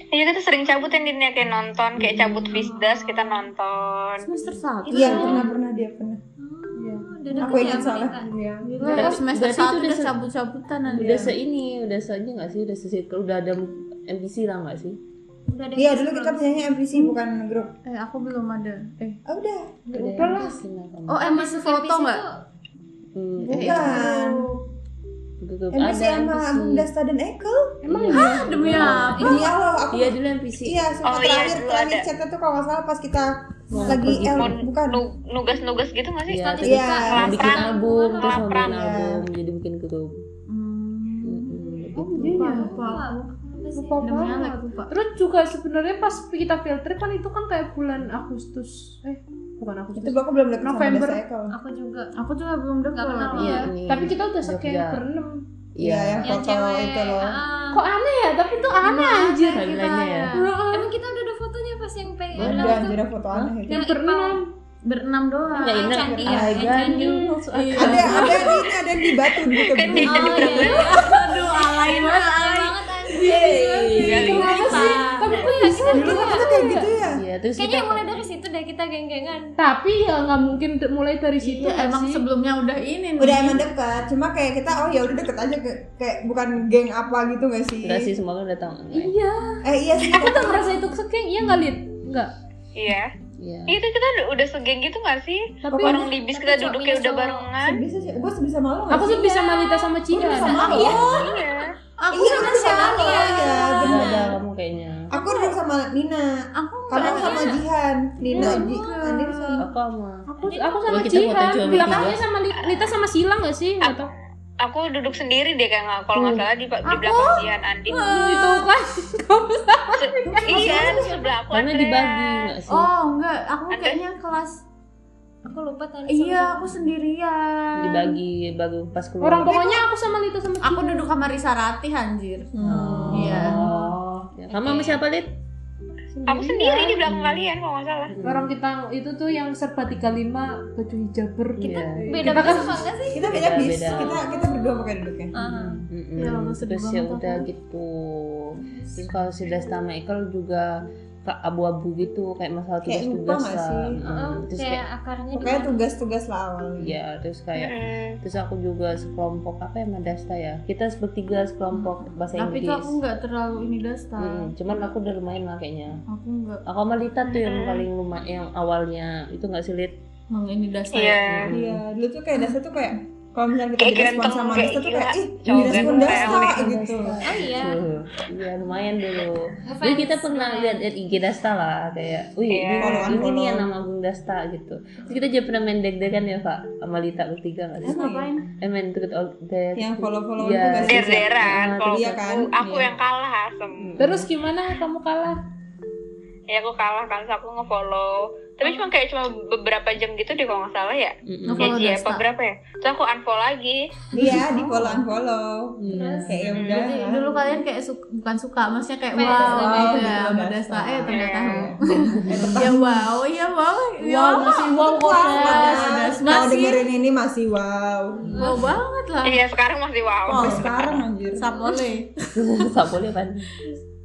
S3: Iya kita sering cabut yang dirinya kayak nonton kayak cabut Visdas kita nonton.
S5: Semester satu.
S2: iya pernah pernah dia pernah
S4: Iya.
S2: aku ingat soalnya
S4: Iya.
S6: Gila, semester
S5: Berarti itu
S6: 1
S5: udah ya?
S6: udah Iya.
S5: se-
S6: cabut-cabutan anjir.
S5: Udah se ini, udah se ini nggak sih? Udah se udah ada ambisi lah nggak sih?
S2: iya dulu kita punyanya MVC bukan grup
S6: Eh, aku belum ada. Eh,
S2: oh, udah
S5: Udah
S4: Udah lah.
S5: ambisi lah kamu.
S6: oh MVC foto nggak?
S5: Hmm, eh,
S2: bukan
S5: grup-
S2: MVC
S5: ada
S2: sama
S5: ambisi.
S2: Bunda Sta dan Ekel
S4: Emang
S5: Iya.
S4: iya.
S6: Demi apa?
S2: demi Allah aku
S5: Iya dulu ambisi.
S2: iya sempat
S3: Oh, iya,
S2: terakhir
S3: dulu
S2: terakhir
S3: ada.
S2: chatnya tuh kalau nggak salah pas kita
S5: Mau
S2: lagi
S5: pergi
S2: L
S3: Mau
S2: bukan
S3: nu- nugas-nugas gitu nggak sih?
S5: Iya,
S3: Statistik.
S5: terus
S2: Iya.
S5: mau bikin
S3: Lapran.
S5: album, terus mau
S3: Lapran.
S5: bikin album, jadi bikin grup. Mm-mm.
S6: Oh,
S4: Iya.
S6: lupa, lupa.
S4: Lupa
S6: Demi Allah,
S4: banget.
S6: lupa.
S4: Terus juga sebenarnya pas kita filter kan itu kan kayak bulan Agustus. Eh, bukan
S2: itu
S4: Agustus.
S2: gua aku belum deket sama
S4: November.
S2: Bunda Sta Ekel
S7: aku juga
S6: Aku juga belum
S7: Nggak kenal.
S6: deket.
S7: Iya.
S5: Ini,
S4: Tapi kita udah sekian
S5: Jogja.
S4: berenam.
S2: iya yang
S7: yang
S2: foto
S7: cewek
S2: itu loh
S7: ah.
S4: Kok aneh ya? Tapi itu aneh
S6: Iya.
S4: anjir.
S5: Timelinenya ya.
S7: emang kita udah ada fotonya pas yang pengen
S2: udah anjir foto aneh itu
S7: yang
S4: Berenam.
S6: Berenam doang.
S5: Nggak ingat.
S7: cantik ya
S2: I
S7: yang
S2: got
S7: cantik.
S5: you. Masuk akal.
S2: ada ada yang ini ada yang di batu gitu
S3: Kan di
S7: oh iya
S6: Aduh, alay
S7: Alay
S6: banget.
S7: banget
S5: Iya,
S7: anjir
S4: Kenapa sih? Tapi kok bisa
S2: dulu kan kita kayak gitu ya
S5: Iya, terus
S7: kayaknya
S5: kita-
S7: yang mulai dari situ deh kita geng-gengan
S4: Tapi ya nggak mungkin de- mulai dari situ.
S6: Iya,
S4: nggak
S6: emang
S4: sih?
S6: sebelumnya udah ini nih.
S2: udah emang dekat cuma kayak kita oh ya udah deket aja ke- kayak bukan geng apa gitu gak sih
S5: Enggak sih, semoga udah tahu.
S4: Iya.
S2: eh iya sih
S4: Aku tuh ngerasa itu sekeng. Iya nggak lid? Nggak.
S3: Iya.
S5: Iya.
S3: Itu kita udah segeng gitu nggak sih?
S4: Tapi
S3: Orang di bis kita duduk kayak udah
S7: cowok.
S3: barengan.
S2: sebisa sih gue sebisa malu gak
S4: aku
S2: sih?
S4: tuh bisa Malita Iya. sama Cina.
S2: sama lo
S3: Iya.
S6: Aku Oh,
S2: iya
S6: sama
S2: aku sama
S6: siapa?
S2: lo
S6: iya,
S2: ya
S5: Udah
S2: bener
S5: ada kamu kayaknya.
S2: aku duduk sama Nina
S6: Aku
S2: kamu sama Jihan Nina Ji Andin sama
S5: Aku sama
S4: Aku, aku sama
S5: Kalau kita foto cuma
S4: Cihan,
S5: bertiga.
S4: belakangnya sama Li- Lita sama Sila nggak sih? Nggak tahu.
S3: Aku duduk sendiri deh kayak nggak- kalau nggak salah di, di belakang Jihan Andi.
S4: Itu kan kamu
S3: Se- iya, di sebelah aku
S5: Karena
S3: Andrea.
S5: dibagi enggak sih?
S6: Oh, enggak. Aku
S3: Ada.
S6: kayaknya kelas
S7: aku lupa tadi sama
S6: Iya,
S7: siapa.
S6: aku sendirian.
S5: Dibagi baru pas keluar.
S4: Orang pokoknya aku sama Lita sama
S6: Aku duduk sama Risa Ratih anjir.
S5: Oh.
S6: Iya.
S5: Ya, Kamu sama siapa, Lid?
S3: Aku sendiri di belakang kalian kalau nggak salah.
S4: Orang kita itu tuh yang serba 35 baju hijaber
S5: Iya.
S7: beda
S4: Kita kan-
S7: banget sama enggak sih
S2: kita beda bis
S5: Beda-beda.
S2: kita kita berdua pakai duduknya
S7: Ah.
S5: Mm-mm.
S6: Ya Allah, sedih
S5: Terus ya
S6: banget
S5: udah
S6: aku.
S5: gitu. Terus kalau si Desta Michael juga kayak abu-abu gitu kayak masalah
S2: Kayak lupa
S5: tugas-tugasan.
S2: nggak sih?
S5: Mm, Terus
S7: Oh, kayak
S5: kayak
S7: akarnya di
S2: pokoknya tugas-tugas lah awalnya
S5: ya terus kayak
S3: Mm.
S5: terus aku juga sekelompok apa ya sama Desta ya kita bertiga sekelompok bahasa
S6: Tapi
S5: Inggris
S6: tuh aku enggak terlalu ini Dasta.
S5: Mm, cuman aku udah lumayan lah kayaknya
S6: Aku enggak
S5: Aku sama Lita tuh yang
S3: Mm.
S5: paling lumayan yang awalnya itu nggak sulit.
S6: mau ini Dasta.
S3: Iya.
S2: iya dulu tuh kayak dasar tuh kayak kalau misalnya kita
S3: Kayak
S2: direspon
S3: ganteng,
S2: sama
S3: kayak
S2: Desta tuh kayak ih
S3: gila.
S2: direspon
S3: Cowok
S2: Desta
S3: ganteng,
S2: gitu
S7: oh iya
S5: Iya lumayan dulu.
S7: Ngefans.
S5: Jadi kita pernah lihat lihat IG Dasta lah kayak, wih
S3: Iya.
S5: ini, ini nih
S2: Follow-an.
S5: yang nama Bung Dasta gitu. Terus kita juga pernah main deg-degan ya Pak sama Lita bertiga nggak sih?
S2: Emang ya?
S5: Eh main truth or dare.
S2: yang follow-follow
S5: Iya.
S2: itu gak sih
S3: Der-deran.
S5: Nah,
S3: Kalau
S5: terus
S2: iya kan?
S3: aku, aku yang kalah asem.
S4: Terus gimana kamu kalah?
S3: Ya aku kalah kan, terus aku ngefollow. Tapi cuma kayak cuma beberapa jam gitu deh kalau nggak salah ya. Ya,
S5: Mm-mm. *laughs*
S6: Follow
S3: Ji,
S6: Desta.
S3: apa berapa ya? Terus aku unfollow lagi.
S2: iya di follow unfollow
S5: Iya.
S2: kayak ya udah
S6: Jadi
S2: lah.
S6: dulu kalian kayak su- bukan suka, maksudnya kayak
S7: Kayak
S6: wow,
S7: Dasta,
S6: gitu
S2: gitu,
S6: ya, sama
S2: Dasta.
S6: Dasta. Eh ternyata
S3: Iya.
S6: *laughs* ya wow, ya wow, ya
S4: Wow, masih wow kok.
S2: Nah, kalau
S6: masih
S2: dengerin ini masih wow
S6: wow banget lah.
S3: Iya sekarang masih wow.
S2: sampai sekarang anjir
S6: Sapole.
S5: Nggak boleh Ya. kan?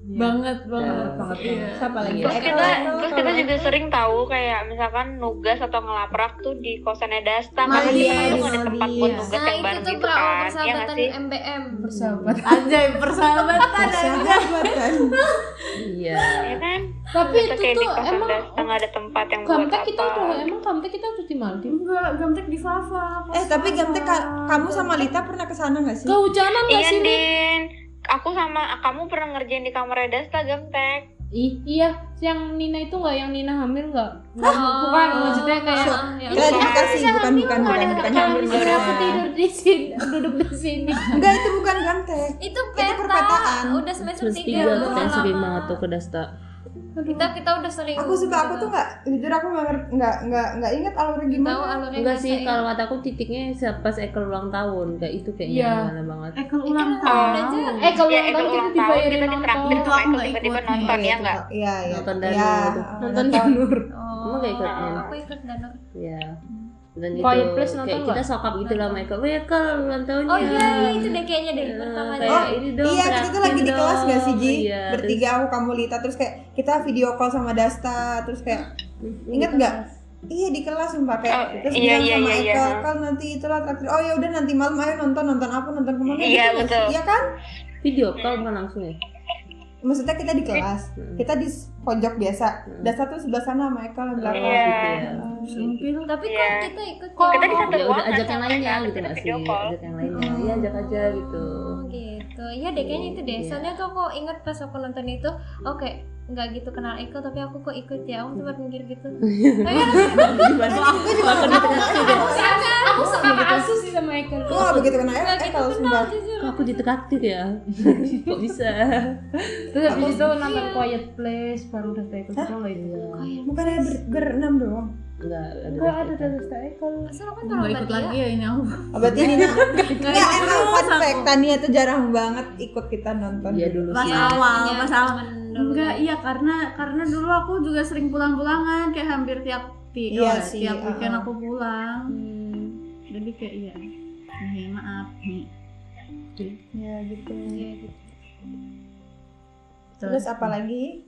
S6: banget banget
S5: Banget, banget.
S6: Iya.
S2: Siapa lagi?
S5: Iya.
S3: Terus kita, terus kita juga sering tahu kayak misalkan nugas atau ngelaprak tuh di kosannya Dasta kan
S6: Madi,
S3: di sana
S6: Madi,
S3: tuh ada tempat
S6: Madi,
S3: buat
S6: iya.
S3: nugas
S7: Nah
S3: yang
S7: itu
S3: bareng
S7: tuh
S3: gitu
S7: pra
S3: kan, ya nggak
S7: persahabatan
S3: sih?
S7: MBM
S4: bersahabat
S6: *laughs* anjay persahabatan
S2: Persahabatan.
S5: Iya.
S3: Ya kan?
S4: tapi
S3: Itu
S4: itu
S3: kayak di
S4: tuh
S3: kosan
S4: emang
S3: Dasta nggak ada tempat yang buat
S4: Gamtek kita
S3: apa.
S4: udah emang Gamtek kita udah di Maldives
S6: enggak gamtek di Fafa
S2: Eh tapi Gamte ka- kamu sama Lita pernah kesana nggak sih?
S4: kehujanan gak
S3: Iya,
S4: sih Nek?
S3: Din. Aku sama kamu pernah ngerjain di kamar Dasta Gamtek.
S4: Ih, iya yang Nina itu nggak yang Nina hamil nggak
S7: Oh.
S4: bukan maksudnya kayak
S2: Itu Eh, kasih
S4: Iya,
S2: bukan bukan
S4: hamil,
S2: bukan
S4: Nek.
S2: bukan
S4: Kalau
S2: hamil
S4: disuruh aku
S2: Lita.
S4: tidur di sini *laughs* duduk di sini
S2: Enggak itu bukan Gamte.
S7: itu
S2: Itu perkataan.
S7: peta udah semester
S5: Terus
S7: tiga
S5: tiga
S7: udah
S5: kita sering
S7: lama.
S5: banget tuh ke Dasta.
S7: kita kita udah sering
S2: Aku suka aku tuh nggak jujur aku nggak ngerti- nggak nggak nggak ingat alurnya
S7: tahu
S2: gimana.
S7: alurnya
S5: Enggak sih,
S7: nggak
S5: kalau kata aku titiknya se- pas Ekel ulang tahun kayak itu kayaknya
S4: Iya.
S5: gimana banget.
S6: Ekel Eh, ulang
S7: Itu
S6: tahun
S7: udah jalan.
S4: eh kalau
S3: ya, itu
S4: ulang tahun kita
S3: ulang tahun
S4: dibayarin
S3: kita
S4: nonton
S3: ditraktir
S6: Itu
S3: sama
S6: aku
S3: Eko
S6: nggak
S3: tiba-tiba
S6: ikut.
S3: nonton ya nggak?
S2: Iya iya.
S5: Nonton
S2: Iya,
S5: Danu itu.
S4: nonton Danur
S7: Oh,
S5: Emang nggak ikut, Nen?
S7: aku ikut danur
S5: Iya. Dan itu
S4: Choir Plus
S5: kayak
S4: nonton
S5: kita sokap gitu lah sama Ekel. Weh Ekel ulang tahunnya.
S7: oh iya iya, itu deh kayaknya dari
S5: Eh,
S7: pertama
S5: kayak
S7: deh
S5: ini dong,
S2: Iya kita tuh
S5: traktir
S2: lagi di kelas gak sih
S5: dong.
S2: Ji?
S5: Iya, terus-
S2: Bertiga aku kamu Lita terus kayak kita video call sama Dasta terus kayak inget nggak? Iya di kelas sumpah
S3: Oh,
S2: kayak terus
S3: iya,
S2: bilang
S3: iya,
S2: sama
S3: iya, iya.
S2: Eka "Kal, nanti itulah traktir oh ya udah nanti malam ayo nonton nonton apa nonton kemana
S3: Iya,
S2: gitu nggak sih?
S3: betul.
S2: iya kan
S5: Video call bukan langsung ya?
S2: maksudnya kita
S3: Iya.
S2: di kelas
S5: Hmm.
S2: kita di pojok biasa
S5: Hmm.
S2: Dasta tuh sebelah sana sama Eka yang belakang
S3: Iya.
S6: mungkin
S7: tapi
S3: Iya.
S7: kok kita ikut
S3: Kita di
S7: kok?
S3: satu
S5: ya udah
S3: ruangan
S5: ajak yang
S3: sama
S5: lainnya
S3: mereka,
S5: gitu
S3: kita
S5: nggak sih
S3: video call.
S5: ajak yang lainnya ya ajak aja gitu
S7: Oh, gitu ya deh kayaknya itu deh
S5: Iya.
S7: soalnya tuh aku inget pas aku nonton itu oke nggak gitu kenal Eko tapi aku kok ikut ya aku sempat mikir gitu tapi
S5: gimana aku di traktir
S4: aku suka asu sih sama Eka
S2: gue gak begitu kenal Eka
S7: nggak gitu
S2: kalau
S7: kenal
S2: sumpah
S7: jujur
S5: aku di traktir ya kok bisa
S4: terus habis itu nonton Quiet Place baru udah gitu Eka
S2: Hah?
S4: juga nggak itu
S5: Iya.
S7: ya?
S2: bukan ada ber- berenam doang
S5: nggak
S4: nggak ada
S5: traktir.
S4: dari Eka
S7: asal aku
S6: nggak ikut lagi ya ini aku
S2: Oh, berarti Nina nggak
S6: ikut
S2: Iya, emang
S6: terus
S2: fun
S6: aku.
S2: fact Tania tuh jarang banget ikut kita nonton
S5: Iya dulu
S6: Pas
S5: sih
S6: awal,
S7: Iya,
S6: pas awal. Enggak, iya karena karena dulu aku juga sering pulang-pulangan kayak hampir tiap ti-
S2: Iya
S6: oh,
S2: sih,
S6: tiap
S2: uh-uh.
S6: weekend aku pulang. Jadi kayak iya. Nih, maaf nih.
S2: ya gitu terus apa lagi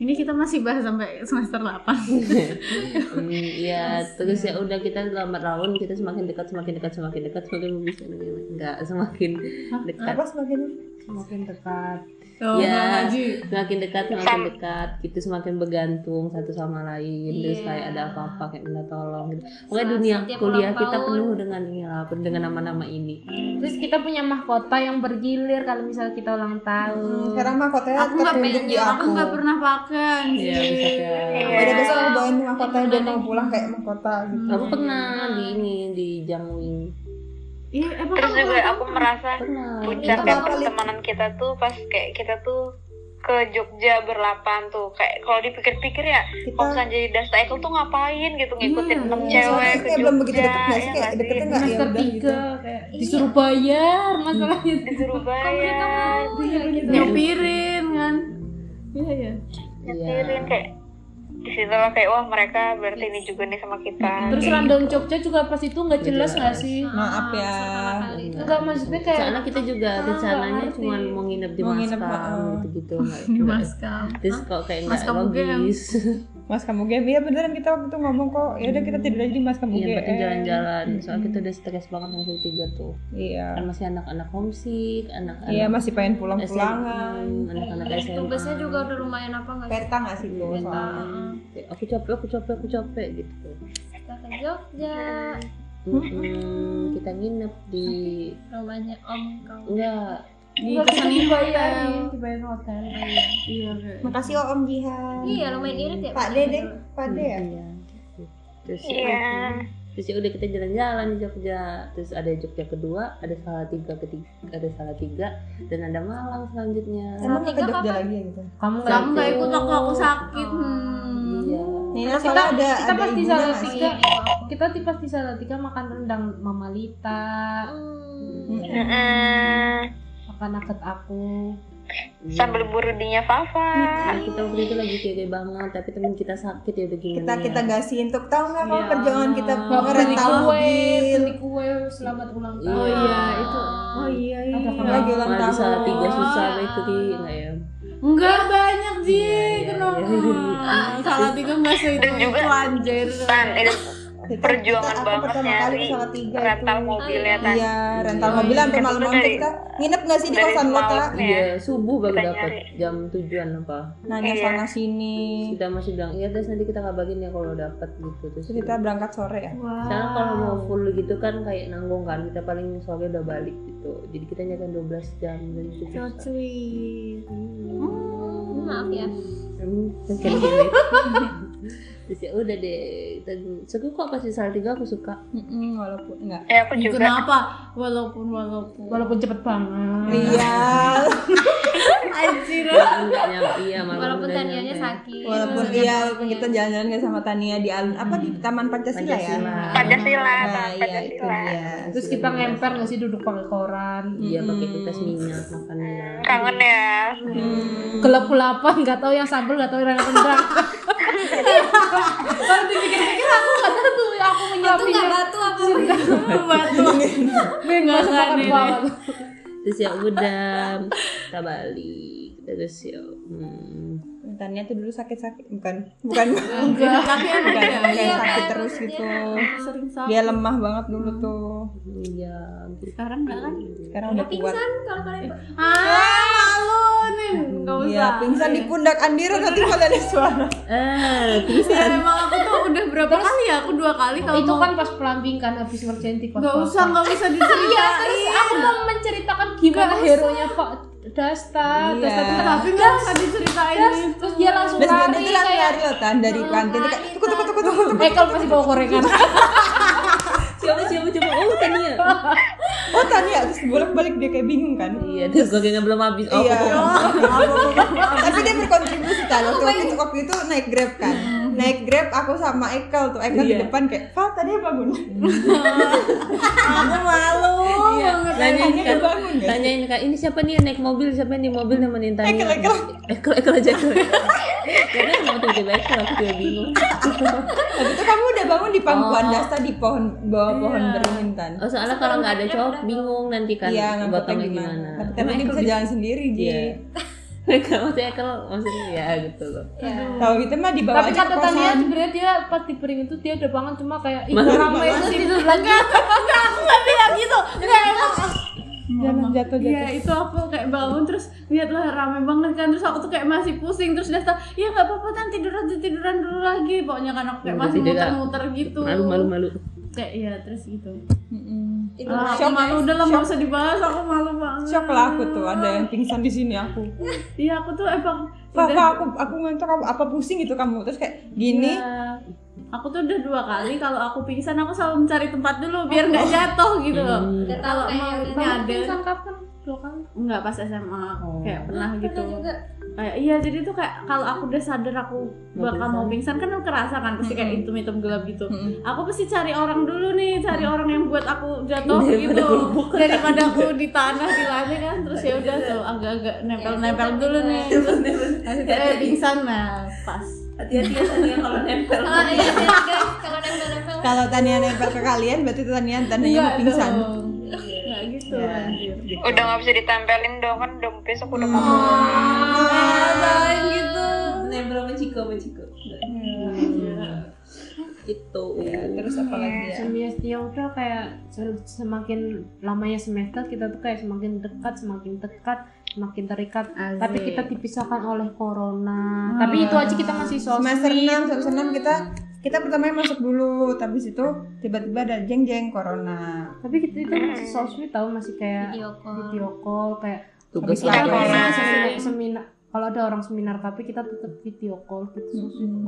S6: Ini kita masih bahas sampai semester 8.
S5: Hmm, iya terus ya udah kita lambat laun kita semakin dekat semakin dekat semakin dekat semakin bisa nggak semakin dekat
S2: apa semakin
S4: semakin dekat
S6: Tuh,
S5: Iya.
S6: Bang Haji.
S5: semakin dekat semakin dekat gitu semakin bergantung satu sama lain terus
S7: Iya.
S5: kayak ada apa-apa kayak minta tolong gitu pokoknya
S7: Nah,
S5: dunia
S7: setiap
S5: kuliah
S7: ulang
S5: kita
S7: tahun.
S5: penuh dengan ini lah dengan nama-nama ini
S4: terus kita punya mahkota yang bergilir kalau misal kita ulang
S2: Hmm,
S4: tahun
S2: sekarang mahkotanya
S6: Aku nggak
S2: tertunjuk
S6: pengen
S2: di
S6: aku
S2: aku
S6: nggak pernah pakai.
S5: Iya,
S6: anjir.
S5: bisa kayak-
S3: Iya.
S2: Udah besok aku bawain mahkotanya dan mau pulang kayak mahkota gitu
S5: Aku pernah di ini di Jangwing.
S6: Iya, eh, pokoknya
S3: Terus juga
S6: kalau-
S3: aku merasa
S5: Pernah. Iya.
S2: Itu
S3: puncak dari
S2: apa, Lid?
S3: pertemanan kita tuh pas kayak kita tuh ke Jogja berlapan tuh kayak kalau dipikir-pikir ya
S2: kita
S3: kalau jadi Dasta Ekel tuh ngapain gitu ngikutin
S6: Iya,
S3: enam
S2: Iya,
S3: cewek
S2: soalnya
S3: ke
S2: kayak belum begitu
S3: Jogja,
S2: deket nggak sih
S3: ya
S2: kayak
S3: nggak
S2: deketnya
S3: sih?
S2: nggak ya
S4: semester
S2: udah gitu
S4: tiga kayak disuruh bayar masalahnya gitu.
S3: disuruh bayar
S6: nyopirin kan. Iya, iya.
S5: Iya.
S3: nyetirin kayak di situ lah kayak wah mereka berarti ini juga nih sama kita Kayak
S4: terus
S3: gitu.
S4: rundown Jogja juga pas itu nggak jelas
S5: Nggak
S4: nggak
S5: jelas.
S4: sih
S2: maaf ya
S7: gitu.
S4: Enggak, maksudnya kayak-
S5: Soalnya kita juga
S4: Ah,
S5: rencananya
S4: nggak ngerti.
S5: cuma mau nginep di
S2: Mau nginep,
S5: Maskam
S2: ah.
S5: gitu-gitu nggak-
S6: Di
S5: nggak-
S6: maskam.
S5: Terus kok kayak nggak
S6: Maskam UGM.
S5: logis.
S2: mas kamu game ya beneran kita waktu itu ngomong kok ya udah kita tidur aja di mas kamu
S5: *laughs* Iya,
S2: game
S5: penting jalan-jalan. Soalnya kita udah stres banget hasil tiga tuh.
S2: iya
S5: Kan masih anak-anak homesick, anak-anak
S2: iya masih pengen
S5: SMA,
S2: pulang-pulangan
S5: anak-anak
S2: gitu,
S5: SMA.
S7: tugasnya juga udah lumayan apa nggak sih
S2: peta nggak sih lo
S5: Peta.
S2: soalnya
S5: Kayak, Aku capek, aku capek, aku capek gitu.
S7: kita ke Jogja
S5: Mm-mm, Hmm, kita nginep di
S7: rumahnya Om kau
S5: enggak
S6: Di
S4: Nggak
S6: kesan
S4: bisa dibayarin,
S6: hotel.
S4: dibayarin hotel
S6: Iya, kayak-
S2: makasih oh, om Jihan
S7: iya lumayan irit ya
S2: Pak Dede Pak Dede ya
S5: Iya. Terus ya
S3: Iya.
S5: udah. Terus ya udah kita jalan-jalan di Jogja. Terus ada Jogja kedua, ada Salatiga ketiga, ada Salatiga dan ada Malang selanjutnya.
S2: emang nggak ke
S7: Tiga
S2: Jogja
S7: kapan?
S2: lagi ya gitu
S4: kamu
S6: Kamu nggak ikut aku, aku sakit. Hmm.
S5: Iya.
S2: Nina
S4: Kita-
S2: soalnya ada
S4: kita
S2: ada
S4: pasti
S2: ibunya
S4: salah
S2: nggak sih?
S4: tiga
S7: iya,
S4: kita tipe di Salatiga makan rendang Mama Lita
S7: Hmm,
S2: Mm-mm.
S3: Mm-mm.
S4: makan nugget aku
S5: Iya.
S3: sambil burudinya Fafa
S5: Nah, kita waktu itu lagi kere banget, tapi teman kita sakit ya udah gimana
S2: kita
S5: ya.
S2: kita gasihin tuh tahu nggak kamu
S6: Iya.
S2: perjuangan kita
S6: Nggak
S4: Nggak beli
S2: ngerentau
S4: kue
S2: mobil
S4: beli kue selamat ulang tahun
S5: Oh iya, itu.
S6: Oh iya, iya.
S4: Ada
S2: lagi ulang
S5: Malah di
S2: tahun
S5: Salatiga susah, Mekri, enggak ya.
S6: Enggak banyak Ji,
S5: iya,
S6: kenapa?
S5: iya,
S6: Nah, Salah tiga nggak sih itu
S3: Dan juga- eh,
S6: itu anjir.
S3: Tan, itu Perjuangan
S2: Aku
S3: banget
S2: pertama kali
S3: nyari
S2: sama tiga
S3: rental
S2: itu.
S3: mobilnya Tan.
S2: Iya, rental
S5: Iya.
S2: mobil sampai
S3: Itu
S2: malam-malam
S3: dari-
S2: kita nginep nggak sih di
S3: dari
S2: kosan lo
S3: semalam.
S2: Kak?
S3: Iya.
S5: Iya, subuh baru
S3: Kita
S5: dapat jam tujuan apa.
S2: Nanya
S3: Iya.
S2: sana sini.
S5: Kita masih bilang, iya guys nanti kita kabarin ya kalau dapat gitu terus.
S2: Terus kita berangkat sore ya.
S5: Sekarang kalau mau full gitu kan kayak nanggung kan kita paling sore udah balik gitu. Jadi kita nyetan 12 jam dan cukup.
S6: Sweet.
S7: maaf ya
S5: Hmm, kan gini. Terus ya udah deh. Dan suka kok pas di Salatiga aku suka.
S2: Mm-mm, Hmm, walaupun enggak.
S3: Ya aku juga.
S6: Kenapa? Walaupun walaupun.
S4: Walaupun cepet banget.
S2: Iya,
S6: anjir.
S5: Walaupun nggak nyampe, iya malam
S7: walaupun
S5: udah
S7: taniannya
S5: nyampe.
S7: sakit
S2: *laughs* walaupun
S7: maksudnya
S2: iya walaupun kita jalan-jalan nggak sama Tania di alun apa di Taman Pancasila,
S5: Pancasila.
S2: ya.
S3: Pancasila,
S2: Nah,
S3: Tan,
S2: iya itu
S3: Pancasila.
S2: dia.
S4: Terus kita ngemper nggak sih duduk pakai koran.
S5: Iya pakai
S2: Mm-mm.
S5: kertas minyak makan minyak.
S3: Kangen ya.
S2: Hmm.
S4: Gelap apa nggak tahu yang sambel nggak tahu yang rendang. Baru dipikir-pikir aku nggak tahu tuh aku
S7: batu
S4: menyuapin
S7: nggak batu apa
S6: Batu.
S4: Bebas banget
S6: ini.
S4: banget.
S5: Terus ya udah kita balik. Terus ya hmm,
S2: Tania tuh dulu sakit-sakit bukan bukan *laughs*
S6: Enggak. Tapi emang
S2: bukan kayak
S7: Iya,
S2: sakit
S7: kan,
S2: terus
S7: maksudnya.
S2: gitu.
S6: sering sakit.
S2: Dia lemah banget dulu tuh.
S5: iya gitu.
S6: Sekarang enggak kan?
S2: Sekarang Hmm. udah kuat.
S7: pingsan kalau kalian
S6: Ah, malu nih. Enggak usah.
S2: Iya, pingsan di pundak Andira nanti kalau ada suara.
S5: Eh,
S6: Ya, emang aku tuh udah berapa kali ya? Aku dua kali kalau
S4: Itu
S6: mau-
S4: kan pas pelambing kan habis ngerjain tiktok.
S6: Gak usah, gak usah Iya. diceritain
S4: Iya, Aku mau menceritakan gimana hero nya Pak Dasta,
S2: Iya.
S4: Dasta tuh
S6: Tapi gak usah diceritain
S4: Terus,
S6: itu.
S4: terus dia langsung
S2: Terus
S4: lari
S2: itu lari
S4: kayak
S2: lari Eh, loh tan dari kantin tuh kayak tuku tuku tuku tuku.
S4: Michael masih bawa gorengan.
S5: siapa siapa coba oh Tania.
S2: Oh Tania terus bolak balik dia kayak bingung kan.
S5: Iya, terus gorengan belum habis. Oh, *laughs*
S2: Iya.
S5: aku-
S2: Tapi dia berkontribusi kan waktu, waktu itu waktu itu naik grab kan. Naik grab aku sama Ekel tuh Ekel di
S5: Iya.
S2: depan kayak Pak tadi bangun.
S6: Aku malu
S5: Iya,
S6: banget.
S2: Tania
S5: tanyain kan,
S2: udah bangun nggak sih?
S5: tanyain kan, ini siapa nih yang naik mobil, siapa yang di mobil nemenin Tania?
S2: Ekel, Ekel.
S5: Ekel, ekel aja ekel. *laughs* Karena kenapa tiba-tiba ekel, aku juga bingung.
S2: Habis itu kamu udah bangun di pangkuan Dasta di pohon bawah pohon beringin kan? tan.
S5: Oh, soalnya kalau nggak ada cowok bingung nanti kan,
S2: Iya ngangkutnya
S5: potongnya
S2: gimana?
S5: gimana.
S2: Tapi kan
S5: Emang
S2: dia
S5: ekel
S2: bisa
S5: bisa-
S2: jalan sendiri
S5: Iya. *laughs*
S2: Ji.
S5: Ekel, maksudnya ekel, maksudnya ya gitu loh.
S2: Tahu gitu mah dibawa
S4: Tapi
S2: aja ke
S4: kata Tania
S2: kosan.
S4: sebenarnya dia pas di piring itu dia udah bangun cuma kayak ih
S5: Malu.
S4: ramai sih lagi.
S2: Jangan jatuh
S6: Iya itu aku kayak bangun terus lihatlah rame banget kan terus aku tuh kayak masih pusing terus Dasta ya nggak apa-apa kan tidur aja tiduran dulu lagi pokoknya kan aku kayak
S5: Udah
S6: masih
S5: tidur,
S6: muter-muter gitu
S5: Malu, malu, malu.
S6: kayak iya terus gitu
S2: jatuh.
S6: ah, aku
S2: Shock.
S6: malu udah lah nggak usah dibahas aku malu banget
S2: Shock lah aku tuh ada yang pingsan di sini aku.
S6: iya aku tuh emang
S2: Pak,
S6: udah-
S2: Pak, aku aku ngantuk kamu apa pusing gitu kamu terus kayak gini
S6: Iya. Aku tuh udah dua kali kalau aku pingsan aku selalu mencari tempat dulu biar nggak jatuh gitu loh.
S5: Hmm.
S6: Kalau mau nyadar
S4: Pingsan kapan? Dua kali.
S6: nggak pas SMA
S5: Oh.
S6: kayak pernah gitu.
S7: pernah juga
S6: Kayak iya jadi tuh kayak kalau aku udah sadar aku
S5: Mau
S6: bakal mau pingsan kan aku kerasa kan pasti kayak itu hitam gelap gitu.
S2: Mm-mm.
S6: Aku pasti cari orang dulu nih, cari orang yang buat aku jatuh gitu
S5: Daripada aku
S6: *laughs* daripada aku di tanah di lantai kan terus ya udah tuh agak-agak nempel-nempel dulu nih. Terus kayak pingsan nah pas.
S5: Hati-hati ya, Tania, kalau nempel. *laughs*
S7: kalau iya guys kalau nempel nempel
S2: kalau Tania nempel ke kalian berarti Tania Tania mau pingsan.
S6: dong. Nggak gitu.
S2: Ya.
S6: anjir.
S3: Udah nggak bisa ditempelin dong kan udah besok
S2: Oh.
S3: udah
S2: Mm.
S3: mau.
S6: Oh, Rasain gitu.
S5: Nempel sama Ciko, sama Ciko. Hmm. Itu.
S2: Ya, terus apa lagi ya?
S4: Semester ya udah kayak se- semakin lamanya semester kita tuh kayak semakin dekat, semakin dekat, semakin terikat. Tapi kita dipisahkan oleh corona. Tapi itu aja kita masih sosis.
S2: Semester 6, semester 6 kita kita pertamanya masuk dulu, tapi situ tiba-tiba ada jeng-jeng corona.
S4: Tapi kita itu masih sosmed tahu masih kayak
S7: video call
S4: video call kayak
S5: Tugas
S2: Tapi
S4: kita
S5: apa
S4: kalau
S5: ya?
S4: misalnya
S3: Online.
S4: seminar, seminar- kalau ada orang seminar tapi kita tetap video call gitu
S6: Hmm.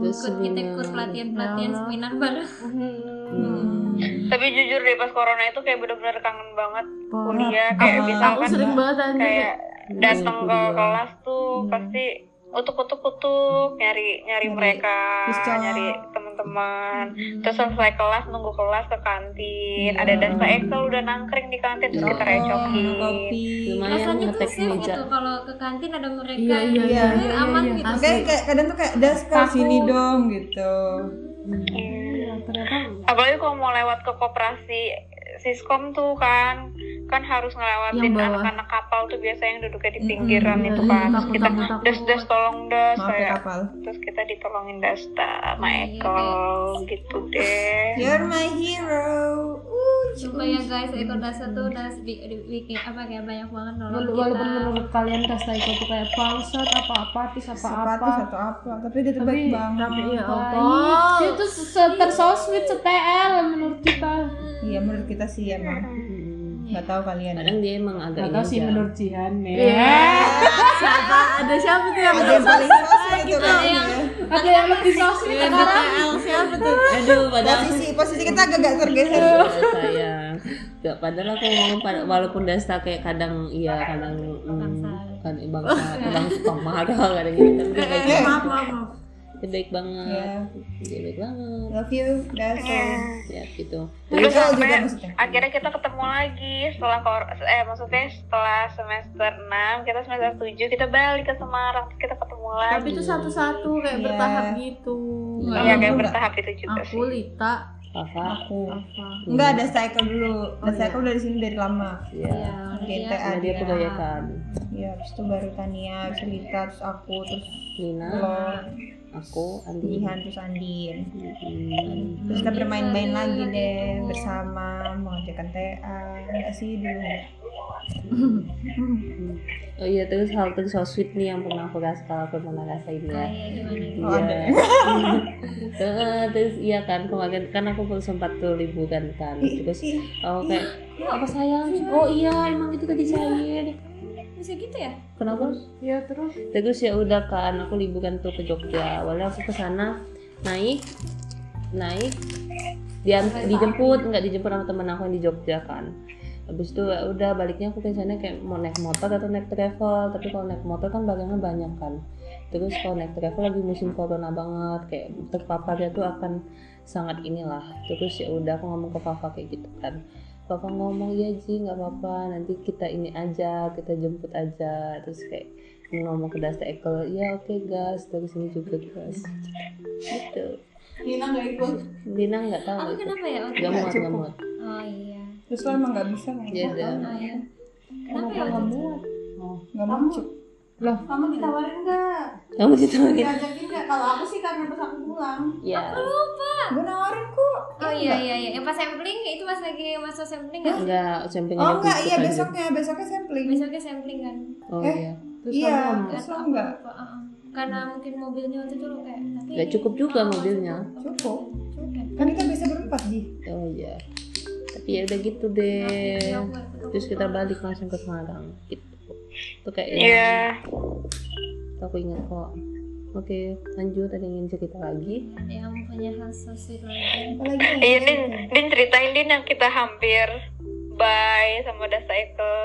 S5: Terus
S7: ikut kita ikut
S5: seminar.
S7: pelatihan pelatihan
S4: Ya Allah.
S7: seminar baru
S5: Hmm.
S3: Tapi jujur deh pas corona itu kayak bener-bener kangen banget kuliah
S2: Parah.
S3: kayak
S2: Aku-
S3: misalkan
S6: Aku sering banget
S5: Iya,
S6: anjir.
S3: kayak datang ke
S5: kuliah.
S3: kelas tuh pasti utuk-utuk-utuk nyari nyari
S2: Nyari
S3: mereka
S2: siswa.
S3: nyari teman-teman terus selesai kelas nunggu kelas ke kantin ada dan Pak Excel udah nangkring di kantin terus kita
S2: Ngerokok, minum
S3: recokin
S2: Oh, kopi. Iya,
S5: Lumayan
S7: rasanya tuh
S5: ngetek
S7: safe
S5: meja.
S7: gitu kalau ke kantin ada mereka
S6: Iya, iya,
S7: gitu.
S2: iya,
S7: Eh,
S6: iya,
S7: aman
S6: iya.
S7: gitu
S2: Oke, kayak kadang tuh kayak das ke
S4: Takut.
S2: sini dong gitu.
S4: ternyata
S6: Iya,
S3: Hmm. apalagi kalau mau lewat ke koperasi siskom tuh kan kan harus ngelewatin
S6: Yang bawah.
S3: anak-anak kapal tuh biasa yang duduknya di
S2: Mm-mm,
S3: pinggiran
S6: iya,
S3: itu
S6: iya,
S3: kan Terus
S6: takut,
S3: kita
S6: takut, takut.
S3: des des tolong des
S2: maaf ya
S3: kayak
S2: kapal
S3: terus kita ditolongin des ta
S7: Iya,
S3: Michael gitu
S6: Iya,
S3: deh
S2: you're my hero uh,
S7: Sumpah ya guys, Eko Dasa tuh udah bi- di- bikin apa kayak banyak banget nolong
S4: Wala-
S7: kita.
S4: walaupun menurut kalian Dasta Eko tuh kayak bangsat apa apatis apa
S2: Uh, sepatu
S4: apa
S2: satu apa tapi dia tuh baik
S4: tapi iya.
S2: banget
S6: Tapi ya
S4: baik.
S6: Allah.
S4: dia
S7: Oh,
S4: tuh se- se-
S7: iya.
S4: tersosmed se-TL menurut kita
S2: iya menurut kita sih emang nggak tahu kalian ya.
S5: kadang dia emang agak
S4: Gak tau sih
S5: ngejam.
S4: menurut Jihan ya
S6: Siapa? Ada siapa tuh yang
S2: ada yang paling sosial itu kan ya
S4: Ada yang lebih sosmed
S6: Yang BTL siapa tuh?
S5: aduh padahal
S2: posisi posisi kita agak agak tergeser
S5: Iya, sayang Gak padahal aku ngomong pada- walaupun Dasta kayak kadang iya kadang hmm, kan eh, bangsa kadang suka marah kadang gitu tapi
S2: Iya.
S5: dia baik
S6: Eh,
S5: banget.
S6: maaf, maaf, maaf.
S5: Dia baik banget
S2: ya
S5: dia baik banget
S2: love you Daso
S5: ya gitu
S2: Terus
S3: Terus
S2: juga
S3: sampai-
S2: maksudnya
S3: akhirnya kita ketemu lagi setelah kor eh maksudnya setelah semester 6 kita semester 7 kita balik ke Semarang terus kita ketemu
S6: Tapi
S3: lagi
S6: itu satu-satu kayak
S2: Iya.
S6: bertahap gitu. Nggak
S3: Iya
S6: langsung
S3: kayak
S2: enggak.
S3: bertahap itu juga
S6: Aku
S3: sih
S6: Lita
S5: apa
S2: aku
S6: apa?
S2: enggak ada cycle dulu ada cycle dari sini dari lama
S5: ya
S2: GTA
S5: karena
S2: Iya.
S5: dia kebanyakan
S2: ya habis itu baru Tania habis itu Rita terus aku terus
S5: Nina
S2: lo
S5: aku Andi
S2: Jihan terus Andin
S5: Hmm.
S2: terus kita bermain-main lagi deh bersama mengajarkan TA enggak sih dulu
S5: oh iya terus hal terus so sweet nih yang pernah aku rasain kalau aku pernah rasain ya
S2: Oh, ada
S5: Iya. *laughs* Eh, terus iya kan kemarin kan aku sempat tuh liburan kan terus oh kayak "Ya, apa sayang oh iya emang itu tadi sayang
S7: Bisa gitu ya?
S5: kenapa
S4: Ya terus
S5: terus ya udah kan aku liburan tuh ke Jogja awalnya aku ke sana naik naik dia dijemput nggak dijemput sama temen aku yang di Jogja kan habis itu ya udah baliknya aku ke sana kayak mau naik motor atau naik travel tapi kalau naik motor kan barangnya banyak kan terus kalau naik travel lagi musim corona banget kayak terpaparnya tuh akan sangat inilah terus ya udah aku ngomong ke papa kayak gitu kan papa ngomong ya Ji nggak apa-apa nanti kita ini aja kita jemput aja terus kayak ngomong ke Dasta Eko ya oke gas terus ini juga gas gitu
S2: Nina nggak ikut
S5: Dina nggak tahu
S7: Aku
S5: nggak ikut.
S7: kenapa ya?
S5: Nggak muat nggak muat
S7: Oh iya.
S2: terus lo emang nggak bisa nggak
S5: Iya, udah.
S7: Oh iya. Kenapa ya? waktu itu?
S2: nggak mau Cuk.
S8: Kamu ditawarin nggak?
S5: kamu ditawarin
S8: Diajakin nggak? Kalau aku sih karena pas aku pulang.
S5: ya
S2: gue nawarin kok
S7: Oh iya iya iya. Yang pas sampling itu pas lagi masa sampling kan?
S5: nggak samping
S2: oh enggak iya besoknya besoknya sampling
S7: Besoknya sampling kan?
S5: oh
S2: Eh.
S5: iya
S2: iya terus lo
S7: Aku
S2: enggak
S7: lupa, ah, ah. Karena mungkin mobilnya waktu itu loh kayak tapi
S5: Nggak cukup juga
S7: Ah,
S5: mobilnya.
S2: Cukup.
S7: Cukup.
S2: kan kita bisa berempat di
S5: oh iya tapi ya udah gitu deh
S7: Iya, aku- aku
S5: terus
S7: lupa.
S5: kita balik langsung ke Semarang gitu itu kayak
S3: Iya,
S5: aku ingat kok oke lanjut ada yang ingin cerita lagi
S7: yang Iya, punya hal sosial lagi.
S2: apalagi ya?
S3: iya Din, Din ceritain Din yang kita hampir bye sama Dasa Eko.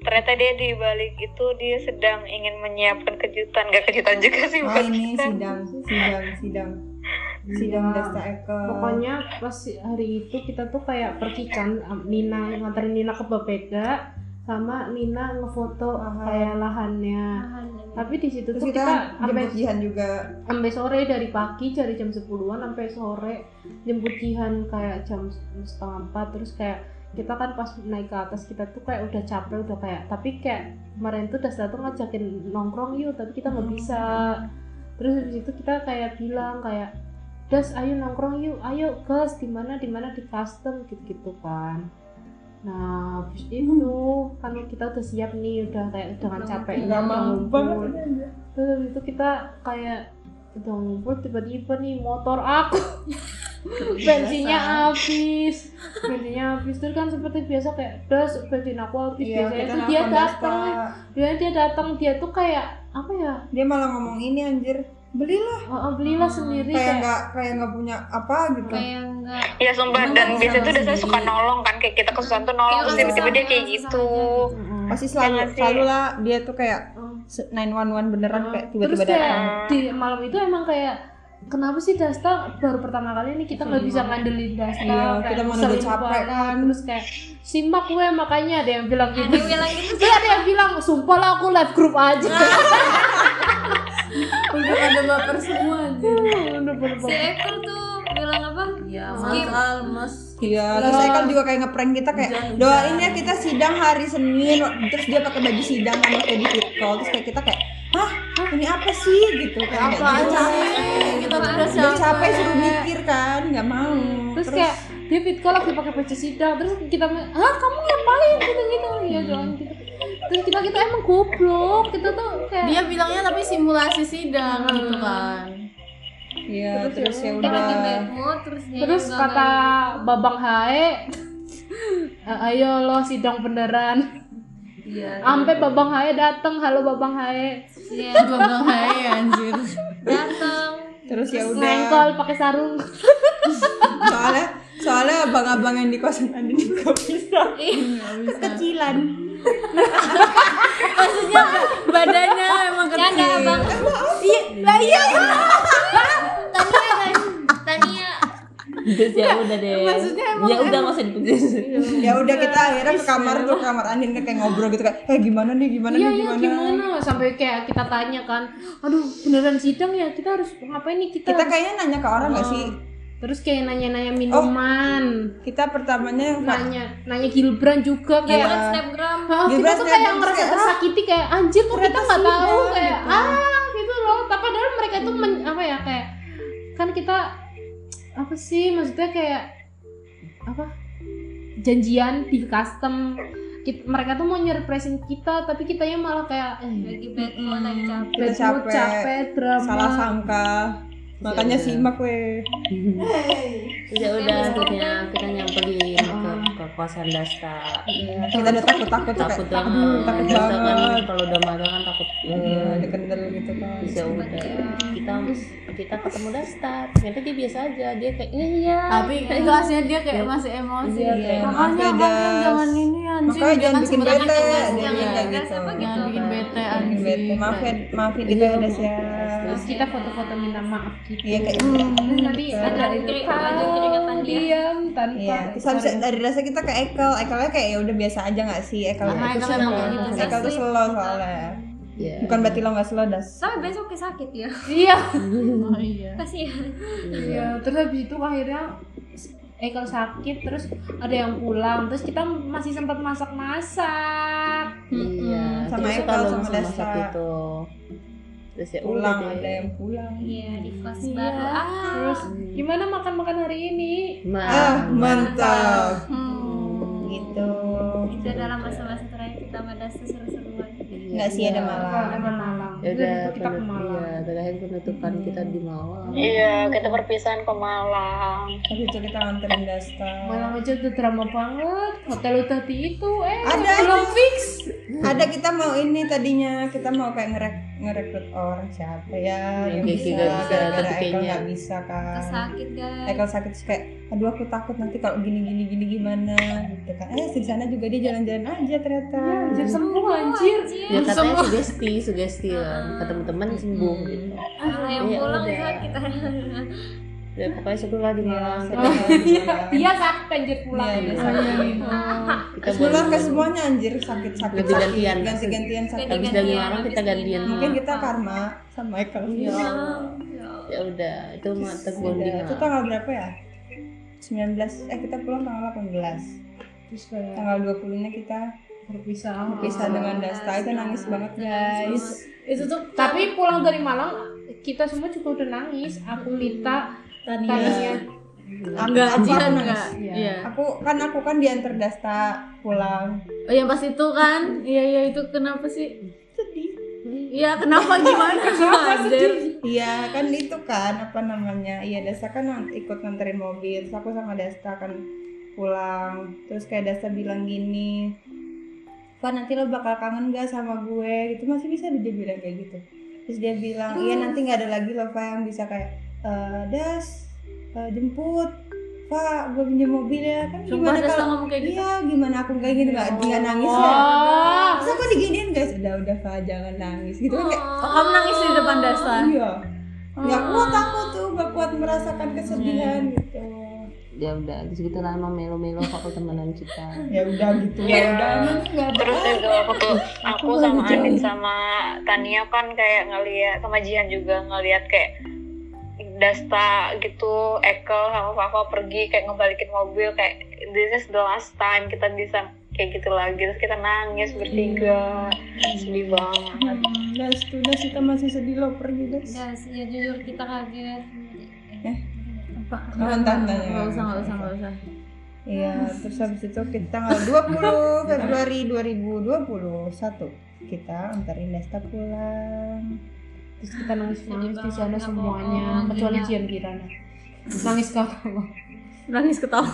S3: Ternyata dia di balik itu dia sedang ingin menyiapkan kejutan, gak kejutan juga sih
S2: oh
S3: buat
S2: ini
S3: kita.
S2: sidang sidang sidang sidang Dasta Eko
S4: Iya. Pokoknya pas hari itu kita tuh kayak percikan um, Nina nganterin Nina ke Babega sama Nina ngefoto
S2: Aha.
S4: kayak lahannya.
S7: Tahan,
S4: Tapi di situ
S2: terus
S4: tuh
S2: kita
S4: kita sampai
S2: jemput Jihan juga
S4: sampai sore dari pagi dari jam 10-an sampai sore jemput Jihan kayak jam setengah empat terus kayak kita kan pas naik ke atas kita tuh kayak udah capek udah kayak tapi kayak kemarin tuh Dasta tuh ngajakin nongkrong yuk tapi kita nggak bisa terus habis itu kita kayak bilang kayak Das ayo nongkrong yuk ayo gas di mana di mana di custom gitu gitu kan nah habis itu kan kita udah siap nih udah kayak dengan capeknya
S2: nggak
S4: udah
S2: mau
S4: ngumpul.
S2: banget
S4: Terus habis itu kita kayak udah ngumpul tiba-tiba nih motor aku bensinnya habis bensinnya habis terus kan seperti biasa kayak das bensin aku habis
S2: Iya,
S4: biasanya
S2: kita
S4: tuh dia
S2: nelfon Dasta.
S4: datang dia dia datang dia tuh kayak apa ya
S2: Dia malah ngomong ini anjir, belilah
S4: "Oh, oh, belilah sendiri
S2: Hmm, kayak
S4: kayak
S2: nggak kayak nggak punya apa gitu.
S7: Kayak enggak
S3: Ya sumpah,
S6: Emang
S3: dan
S6: nggak
S3: biasanya
S6: bisa
S3: tuh Dasa
S6: sendiri.
S3: suka nolong kan, kayak kita kesusahan tuh
S7: Iya,
S3: nolong, terus
S7: kesusahan,
S3: tiba-tiba dia
S7: iya,
S3: kayak
S7: kesusahan
S3: gitu.
S7: aja
S2: Pasti
S3: Iya
S2: selalu
S3: nggak sih?
S2: selalu lah dia tuh kayak
S4: Hmm.
S2: 911 beneran
S4: Oh,
S2: kayak
S4: terus
S2: tiba-tiba
S4: kayak
S2: datang.
S4: di malam itu emang kayak kenapa sih Dasta baru pertama kali ini kita nggak bisa ngandelin Dasta
S2: Iya,
S4: kayak
S2: kita mau
S4: ngeselin
S2: nunggu capek
S4: banget.
S2: kan.
S4: terus kayak simak gue makanya ada yang bilang
S7: Ada
S4: gitu
S7: yang bilang gitu
S4: Terus ada yang bilang, sumpah lah aku live group aja
S2: Nah.
S6: Udah ada baper semua anjir.
S4: Bener-bener.
S7: si Eko tuh bilang apa?
S5: Iya, Iya,
S7: Skip.
S5: mahal mas.
S2: Iya, terus Ekal juga kayak ngeprank kita kayak
S5: Hujan-hujan.
S2: doain ya kita sidang hari Senin terus dia pakai baju sidang sama kayak di fit call terus kayak kita kayak hah ini apa sih gitu kan
S6: Apa aja kita udah
S2: udah capek
S6: capek.
S2: suruh mikir kan nggak mau
S4: terus, kayak dia fit call lagi pakai baju sidang terus kita ah kamu ngapain gitu gitu
S2: Hmm.
S4: ya jangan gitu terus kita kita emang goblok kita tuh kayak
S6: Dia bilangnya tapi simulasi sidang gitu kan.
S2: iya terus ya
S7: Dia lagi
S2: udah
S7: bad mood terus dia
S4: terus
S7: juga
S4: kata
S7: nggak-
S4: babang hae "Eh, ayo lo sidang beneran
S5: Iya.
S4: sampai babang hae dateng halo babang hae
S7: Iya,
S6: Gua bilang hai anjir.
S7: datang
S2: terus ya udah
S4: nengkol pakai sarung
S2: soalnya soalnya abang-abang yang di kosan ada juga bisa
S6: Nggak bisa.
S2: kecilan
S6: Maksudnya badannya emang
S7: ya ada
S6: kecil.
S7: abang
S2: iya lah iya
S7: Tania kan Tania
S5: Terus ya udah deh.
S6: maksudnya emang-
S5: ya udah nggak usah diputusin.
S2: ya udah kita akhirnya ke kamar tuh ke kamar Andin kayak ngobrol gitu kayak eh gimana nih gimana
S4: iya
S2: nih
S4: iya gimana sampai kayak kita tanya kan aduh beneran sidang ya kita harus ngapain nih kita,
S2: kita Oh. kayaknya nanya ke orang nggak sih
S4: terus kayak nanya-nanya minuman
S2: kita pertamanya yang
S4: nanya nanya Gilbran juga
S2: Iya.
S4: kayak
S7: bukan snapgram
S4: Ah, kita
S2: Gibran
S4: tuh
S2: kayak
S4: kayak ngerasa
S2: kayak, ah,
S4: tersakiti kayak anjir kok kita
S2: ternyata
S4: nggak
S2: sidang,
S4: tahu kayak
S2: gitu.
S4: ah gitu loh tapi padahal mereka tuh men- apa ya kayak kan kita apa sih maksudnya kayak apa janjian di custom Kit- mereka tuh mau nyerpresin kita tapi kitanya malah kayak eh,
S7: lagi bad mood lagi capek
S2: kita
S4: bad mood,
S2: capek,
S4: capek drama
S2: salah sangka makanya
S5: Iya.
S2: simak weh
S5: Terus ya udah akhirnya kita nyamperin ke, ke kosan Dasta.
S2: kita udah takut takut
S5: Takut
S2: kayak
S5: banget.
S2: takut
S5: Dasta kan
S2: banget
S5: kalau udah marah kan takut.
S2: Iya,
S5: eh,
S2: ada kendel gitu kan
S5: bisa udah kita kita ketemu Dasta. Ternyata dia biasa aja. Dia kayak iya iya.
S6: Tapi kelasnya dia kayak masih emosi.
S5: Iya, kayak,
S2: maaf
S6: Makanya
S2: ya,
S6: abang
S2: Das.
S6: jangan ini anjir.
S2: makanya jangan
S6: kan
S2: bikin
S6: sebenarnya
S2: bete
S6: kan
S2: dia
S6: jangan-
S2: bilang kayak
S7: jangan
S2: gitu
S7: sampai
S6: Jangan bikin bete
S2: Bikin
S6: anjir.
S2: bete maafin maafin kita
S5: Iya,
S2: ya das ya
S4: terus kita foto-foto minta maaf gitu
S2: iya kayak hmm,
S4: tapi ya,
S2: gitu.
S4: ada
S7: Ciri- ada
S4: tahu
S7: ciri-ciri
S1: ya?
S4: diam tanpa
S2: Iya, terus habis dari rasa kita ke Ekel, Ekelnya kayak ya udah biasa aja nggak sih Ekel
S6: Iya,
S2: itu
S6: Ekel
S2: slow,
S6: emang gitu,
S2: Ekel tuh
S7: asli.
S2: slow soalnya.
S5: Iya.
S2: Bukan berarti lo nggak slow das.
S7: sampai besok kayak sakit ya
S4: iya
S6: Oh iya.
S7: kasihan
S4: Iya, terus habis itu akhirnya Ekel sakit terus ada yang pulang terus kita masih sempat masak-masak
S5: Iya.
S2: Mm-mm, sama
S5: Terus
S2: Ekel
S5: kalau
S2: sama
S5: sama
S2: Desta
S5: sakit itu. Terus ya udah
S2: pulang ada
S5: deh.
S2: yang pulang.
S7: iya di kelas
S4: Iya.
S7: baru ah
S4: terus gimana makan-makan hari ini
S2: Ah,
S5: Mantap.
S2: mantap.
S7: hmm.
S2: Gitu.
S7: itu adalah masa-masa terakhir kita pada seru-seruan
S5: Iya.
S2: Nggak sih ada malam.
S4: ada malam
S5: Ya
S4: terus
S5: udah,
S4: habis itu kita ke
S5: penutup-
S4: malam
S5: iya, terakhir penutupan kita di Ya, Malang.
S3: Iya, kita perpisahan ke Malang.
S2: Tapi itu kita nganterin Dasta.
S4: malam aja udah drama banget hotel udah di itu eh
S2: Ada,
S4: belum
S2: ada.
S4: fix
S2: Ada kita mau ini tadinya kita mau kayak ngerek ngerekrut orang siapa ya yang
S5: Yang Iya, kayak
S2: bisa,
S5: gak bisa,
S2: gara-gara
S5: tapi
S2: Ekel
S5: kayaknya-
S2: nggak bisa
S7: kita
S2: kan.
S7: sakit guys
S2: Ekel sakit terus kayak aduh aku takut nanti kalau gini gini gini gimana gitu kan. Eh di sana juga dia jalan-jalan aja ternyata.
S4: jam sembuh anjir
S7: Iya.
S2: iya,
S5: Ya katanya sugesti, sugesti kan. Ketemu teman sembuh
S2: Hmm.
S5: gitu.
S7: Ah, yang
S5: Iya,
S7: pulang
S5: udah.
S7: sakit
S5: Ya pokoknya seru lah di Malang. Kita,
S4: *laughs* dia Oh, iya. sakit anjir pulang ya.
S2: Iya, iya,
S5: kita buat
S2: Menular ke semuanya anjir sakit-sakit
S5: Lebih gantian.
S2: ganti-gantian sakit.
S5: Habis dari Malang kita gantian.
S2: Mungkin kita karma sama Ekel.
S4: Iya.
S5: Ya udah, itu mantap bonding.
S2: Beda. Iya. Itu
S5: lah.
S2: tanggal berapa ya? 19, eh kita pulang tanggal 18
S4: terus kayak
S2: Tanggal 20 nya kita
S4: berpisah
S2: pisah dengan Dasta Itu nangis banget guys
S6: Itu tuh
S4: tapi pulang dari Malang kita semua juga udah nangis aku Lita
S6: Tania.
S4: Tania
S2: Enggak, aku, aku nangis
S6: Enggak.
S4: ya,
S6: Iya.
S2: Aku, kan aku kan diantar Dasta pulang
S6: Oh yang pas itu kan? Iya iya itu kenapa sih? Sedih. Iya kenapa gimana? kenapa sedih?
S2: Iya kan itu kan apa namanya Iya Dasta kan nan- ikut nganterin mobil Terus aku sama Dasta kan pulang Terus kayak Dasta bilang gini Pak nanti lo bakal kangen gak sama gue gitu Masih bisa dia bilang kayak gitu Terus dia bilang iya
S6: Hmm.
S2: nanti nggak ada lagi loh Pak yang bisa kayak "Eh, Das eh, jemput Pak gue pinjam mobil ya kan
S6: Sumpah
S2: gimana
S6: ada
S2: kalau
S6: ngomong kayak gitu. Oh.
S2: Iya gimana aku kayak gini nggak nggak nangis ya
S4: Wah.
S2: Terus aku diginiin guys udah udah Pak jangan nangis gitu kan kayak
S6: Oh, kamu nangis di depan dasar.
S2: Iya. Nggak kuat aku tuh, nggak kuat merasakan kesedihan gitu.
S5: Ya udah, terus gitu lah emang melo-melo kok pertemanan kita.
S2: Ya udah gitu.
S3: Iya.
S2: Ya udah emang nggak ada.
S3: Terus juga aku tuh, aku sama Andin sama Tania kan kayak ngeliat, sama Jihan juga ngeliat kayak Dasta gitu Ekel sama Fafa pergi kayak ngebalikin mobil kayak this is the last time kita bisa kayak gitu lagi terus kita nangis bertiga sedih
S2: ya.
S3: banget
S9: Das tuh Das kita masih sedih lo pergi Das.
S7: Guys, ya jujur kita kaget.
S6: Apa?
S2: Tahan, tahan, tahan.
S6: Nggak usah, nggak usah, nggak usah.
S2: Iya, terus habis itu kita tanggal 20 Februari 2021 kita antarin Desta pulang.
S4: terus kita nangis nangis di sana
S6: Oh, iya.
S4: semuanya kecuali Jian Kirana nangis kakak
S6: Nangis ketawa.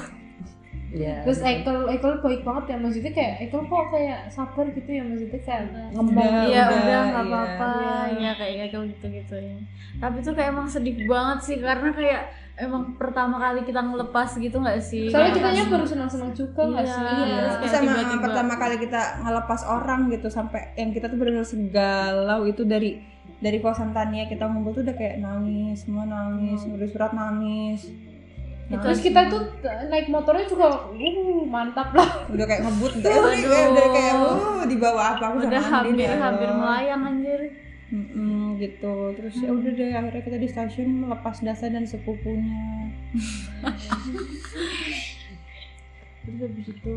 S5: Ya.
S4: terus Ekel Ekel baik banget ya maksudnya kayak Ekel kok kayak sabar gitu ya maksudnya kayak
S6: Iya
S2: Udah, udah,
S6: udah nggak
S2: iya.
S6: apa-apa ya kayak kayak gitu gitu ya. Tapi tuh kayak emang sedih banget sih karena kayak emang pertama kali kita ngelepas gitu nggak sih?
S4: soalnya
S6: Kayak
S4: kitanya
S6: pas-
S4: baru senang-senang juga nggak
S6: Iya,
S4: sih
S6: iya.
S4: Terus
S2: Itu
S6: Kayak
S2: sama
S6: tiba-tiba.
S2: pertama kali kita ngelepas orang gitu sampai yang kita tuh benar-benar segalau itu dari dari kosan Tania kita ngumpul tuh udah kayak nangis, semua nangis,
S6: Hmm.
S2: nulis surat nangis.
S4: Terus kita tuh naik motornya juga uh, mantap lah.
S2: udah kayak ngebut gitu. udah, udah, udah kayak uh, di bawah apa aku
S6: Iya,
S2: sama
S6: udah
S2: Andin,
S6: hampir
S2: ya
S6: hampir
S2: Allah.
S6: melayang anjir.
S2: Mm-mm, gitu terus ya udah deh akhirnya kita di stasiun melepas dasa dan sepupunya
S4: Terus habis itu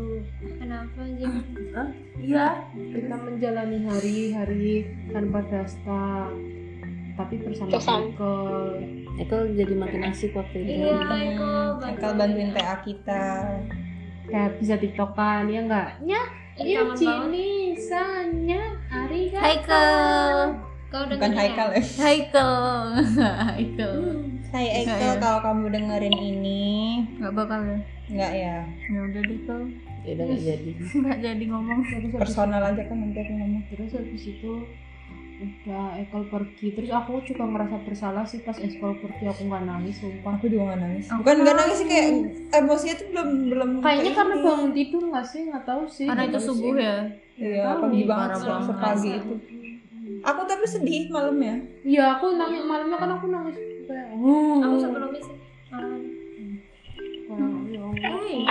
S7: Kenapa sih?
S4: kita menjalani hari-hari tanpa dasta tapi bersama
S3: Terus sam-
S4: Michael.
S5: Itu jadi makin asik waktu itu.
S7: Iya, kok.
S2: Michael bantuin TA kita
S4: Kayak bisa tiktokan ya nggak? Ya,
S1: Iya,
S4: ya
S7: Kangen banget.
S4: Cini, Sanya, Ariga.
S6: kan. Haikal,
S7: Kau udah
S2: bukan Haikal ya
S6: Haikal, Haikal.
S2: Hai
S6: Nggak
S2: Haikal
S6: ya.
S2: kalau kamu dengerin ini
S6: Gak bakal ya.
S2: nggak ya
S6: Ya udah deh kau.
S5: Ya udah nggak jadi.
S6: Gak jadi ngomong.
S4: Eh,
S2: personal aja kan nanti aku ngomong
S4: Terus habis itu udah Ekel pergi terus aku juga merasa bersalah sih pas Ekel pergi aku nggak nangis sumpah
S2: aku juga nggak nangis bukan nggak nangis sih kayak emosinya tuh belum belum
S4: kayaknya karena
S2: ini.
S4: bangun tidur nggak sih nggak tahu sih
S6: Karena itu
S4: Nggak tahu
S6: subuh
S4: sih.
S6: ya.
S2: iya
S4: Tahu,
S2: pagi banget
S6: parah
S2: se-
S6: banget.
S2: sepagi itu aku tapi sedih malam ya
S4: iya aku nangis malamnya kan aku nangis kayak
S7: Aku sebelumnya sih. malam.
S4: Oh, iya.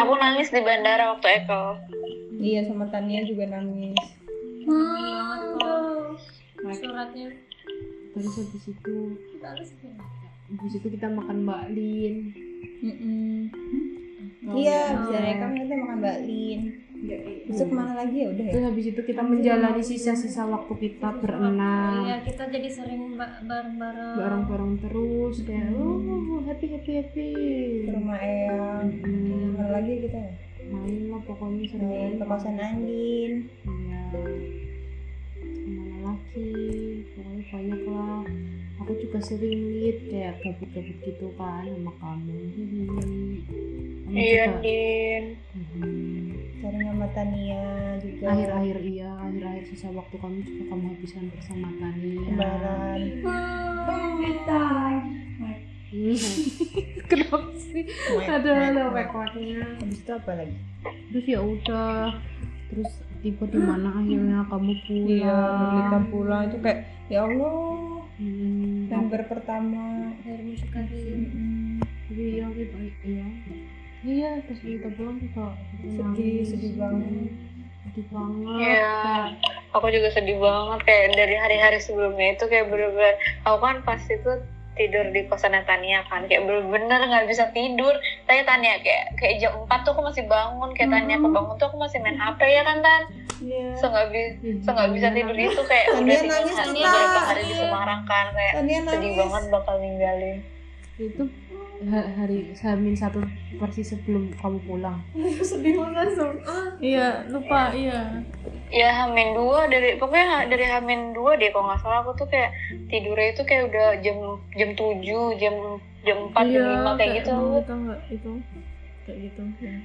S3: aku nangis di bandara waktu Ekel
S2: iya sama Tania juga nangis
S7: Banget kok. Suratnya.
S4: terus habis itu
S7: Kita harus
S4: habis itu kita makan baklin
S2: Mm-mm.
S4: Oh,
S2: Iya, bisa rekam kita makan baklin. Besok kemana lagi ya udah ya.
S4: terus habis itu kita menjalani sisa-sisa waktu kita
S7: Iya,
S4: berenang
S7: kita jadi sering ba- bareng-bareng.
S4: bareng-bareng terus kayak oh *laughs* happy happy happy
S2: ke rumah Eyang
S4: Hmm,
S2: kemana lagi kita ya
S4: main lah pokoknya seru
S2: main ke kosan Andin
S4: Iya. Kemana lagi? Pokoknya banyak lah. Aku juga sering lihat kayak gabut-gabut gitu kan sama kamu. Hihi. Kamu
S3: iya
S4: juga-
S3: Din
S4: Hmm.
S2: cari nama Tania juga
S4: Akhir-akhir iya, akhir-akhir sisa waktu kamu juga kamu habiskan bersama Tania.
S2: lebaran
S4: Hmm. *laughs* Kenapa sih?
S2: Wek,
S4: Ada
S2: wek,
S4: ada
S2: wek.
S4: wek-weknya.
S2: habis itu apa lagi
S4: Terus ya udah. Terus tiba di mana akhirnya kamu
S2: iya kita
S4: pulang?
S2: pulang itu kayak ya Allah
S4: Hmm.
S2: member pertama
S7: Dari musik kali.
S2: Mm-mm.
S4: Iya, oke baik iya. Iya, pas kita pulang juga
S2: sedih
S4: nangis.
S2: sedih banget
S4: Sedih banget.
S3: Iya.
S4: Kayak,
S3: aku juga sedih banget kayak dari hari-hari sebelumnya itu kayak bener-bener aku kan pas itu tidur di kosan Tania kan kayak bener-bener nggak bisa tidur tanya Tania kayak kayak jam 4 tuh aku masih bangun kayak
S2: Mm-hmm.
S3: Tania kebangun tuh aku masih main HP ya kan Tan
S2: Iya.
S3: so nggak bisa
S4: "Ih,
S3: nggak bisa
S4: gimana
S3: tidur itu kayak
S2: Mm-hmm. Tania
S3: udah tinggal
S2: nangis tuh,
S3: hari berapa
S2: Tan.
S3: hari di Semarang kan kayak
S2: Tania
S3: sedih
S2: nangis
S3: banget bakal ninggalin
S4: nih?" Itu ha- hari Hamin satu persis sebelum kamu pulang.
S6: Sedih banget Iya, lupa iya.
S3: ya hamin dua dari pokoknya ha- dari hamin dua deh kalau nggak salah aku tuh kayak tidurnya itu kayak udah jam jam tujuh jam jam empat
S4: iya,
S3: jam
S2: Iya,
S3: lima kayak gitu
S6: emang Kita nggak itu kayak gitu. ya.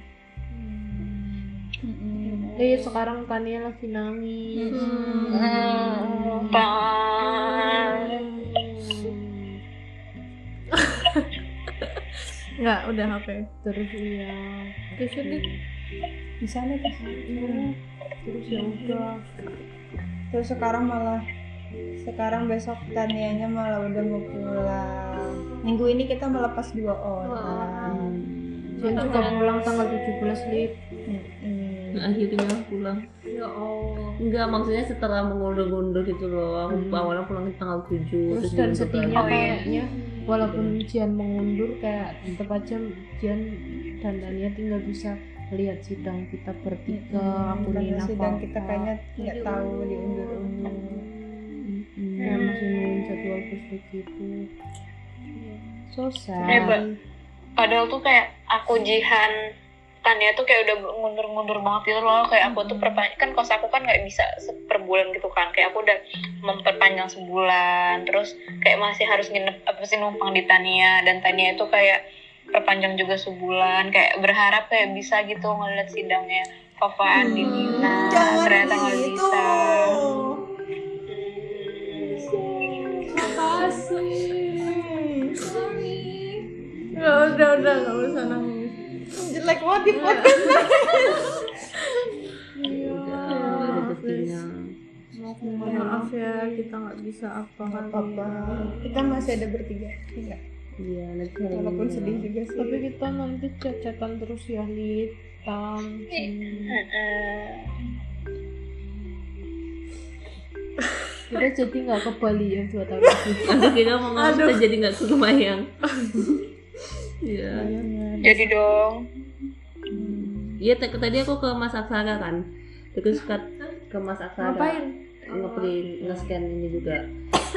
S4: iya. Eh, sekarang Tania lagi nangis.
S3: Hmm, Tan.
S6: Nggak, udah HP.
S4: Terus iya. Terus ini
S2: di sana tuh.
S4: terus ya udah.
S2: terus sekarang malah sekarang besok Tanianya malah udah mau pulang minggu ini kita melepas dua orang
S4: Dia juga pulang tanggal 17 lip.
S2: Mm-mm.
S5: Nah, akhirnya pulang.
S4: Ya Allah.
S5: Enggak, maksudnya setelah mengundur-undur itu loh. Aku awalnya pulang tanggal 7
S4: Hmm. Terus
S3: Oh,
S5: diundur
S4: dan
S3: iya.
S4: sedihnya
S5: lagi.
S4: kayaknya walaupun Jian mengundur kayak tetap aja Jian dan Dania tinggal bisa lihat sidang kita bertiga aku
S2: Karena
S4: Nina
S2: sidang
S4: Papa.
S2: kita kayaknya tidak tahu diundur-undur.
S4: Mm-mm, ya, masih nungguin jadwal terus begitu so sad.
S5: Eh,
S3: Hebat. Padahal tuh kayak aku jihan Tania tuh kayak udah ngundur-ngundur banget gitu loh kayak aku
S8: Hmm.
S3: tuh perpanjang kan kos aku kan nggak bisa se- per bulan gitu kan kayak aku udah memperpanjang sebulan terus kayak masih harus nginep apa sih numpang di Tania dan Tania itu kayak perpanjang juga sebulan kayak berharap kayak bisa gitu ngeliat sidangnya Fafaan di Nina
S8: Hmm,
S2: Nah,
S8: Jangan
S3: ternyata nggak
S8: gitu.
S3: bisa
S6: Nggak, udah udah nggak usah nangis
S8: Jelek banget di
S5: Udah rezekinya.
S6: mohon maaf ya kita nggak bisa apa
S2: Nggak
S6: kali
S2: apa-apa. Kita masih ada bertiga. Iya.
S5: Iya, nanti hari
S2: Walaupun
S5: ini.
S2: sedih juga sih.
S4: tapi kita nanti cacatan terus ya Lid Tam,
S6: Iya.
S4: Jin.
S3: Hmm, Mm-mm.
S4: kita jadi nggak ke Bali ya dua tahun lagi
S5: Aku kira mau ngomong kita jadi nggak ke
S2: *laughs*
S5: Kemayang. Iya.
S3: jadi dong
S5: Iya, te- tadi aku ke Mas Aksara kan. Terus kat- ke Mas Aksara.
S6: ngapain
S5: ngeprint nge-scan ini juga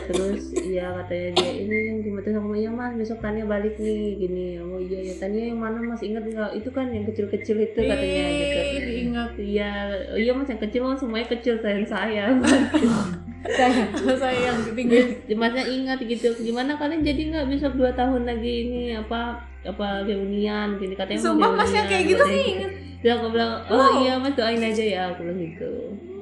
S5: terus iya katanya dia ini yang gimana terus aku bilang, iya mas besok Tania balik nih gini oh iya ya Tania yang mana mas ingat nggak itu kan yang kecil-kecil itu katanya gitu
S6: Ih, diingat
S5: iya oh iya mas yang kecil mas semuanya kecil sayang saya *laughs*
S6: saya yang ketinggian
S5: masnya ingat gitu gimana kalian jadi nggak besok dua tahun lagi ini apa apa reunian gini katanya mau
S6: Sumpah, Mas, yang
S5: reunian,
S6: kayak gitu
S5: katanya
S6: sih
S5: gitu. terus aku bilang oh iya mas doain aja ya aku bilang gitu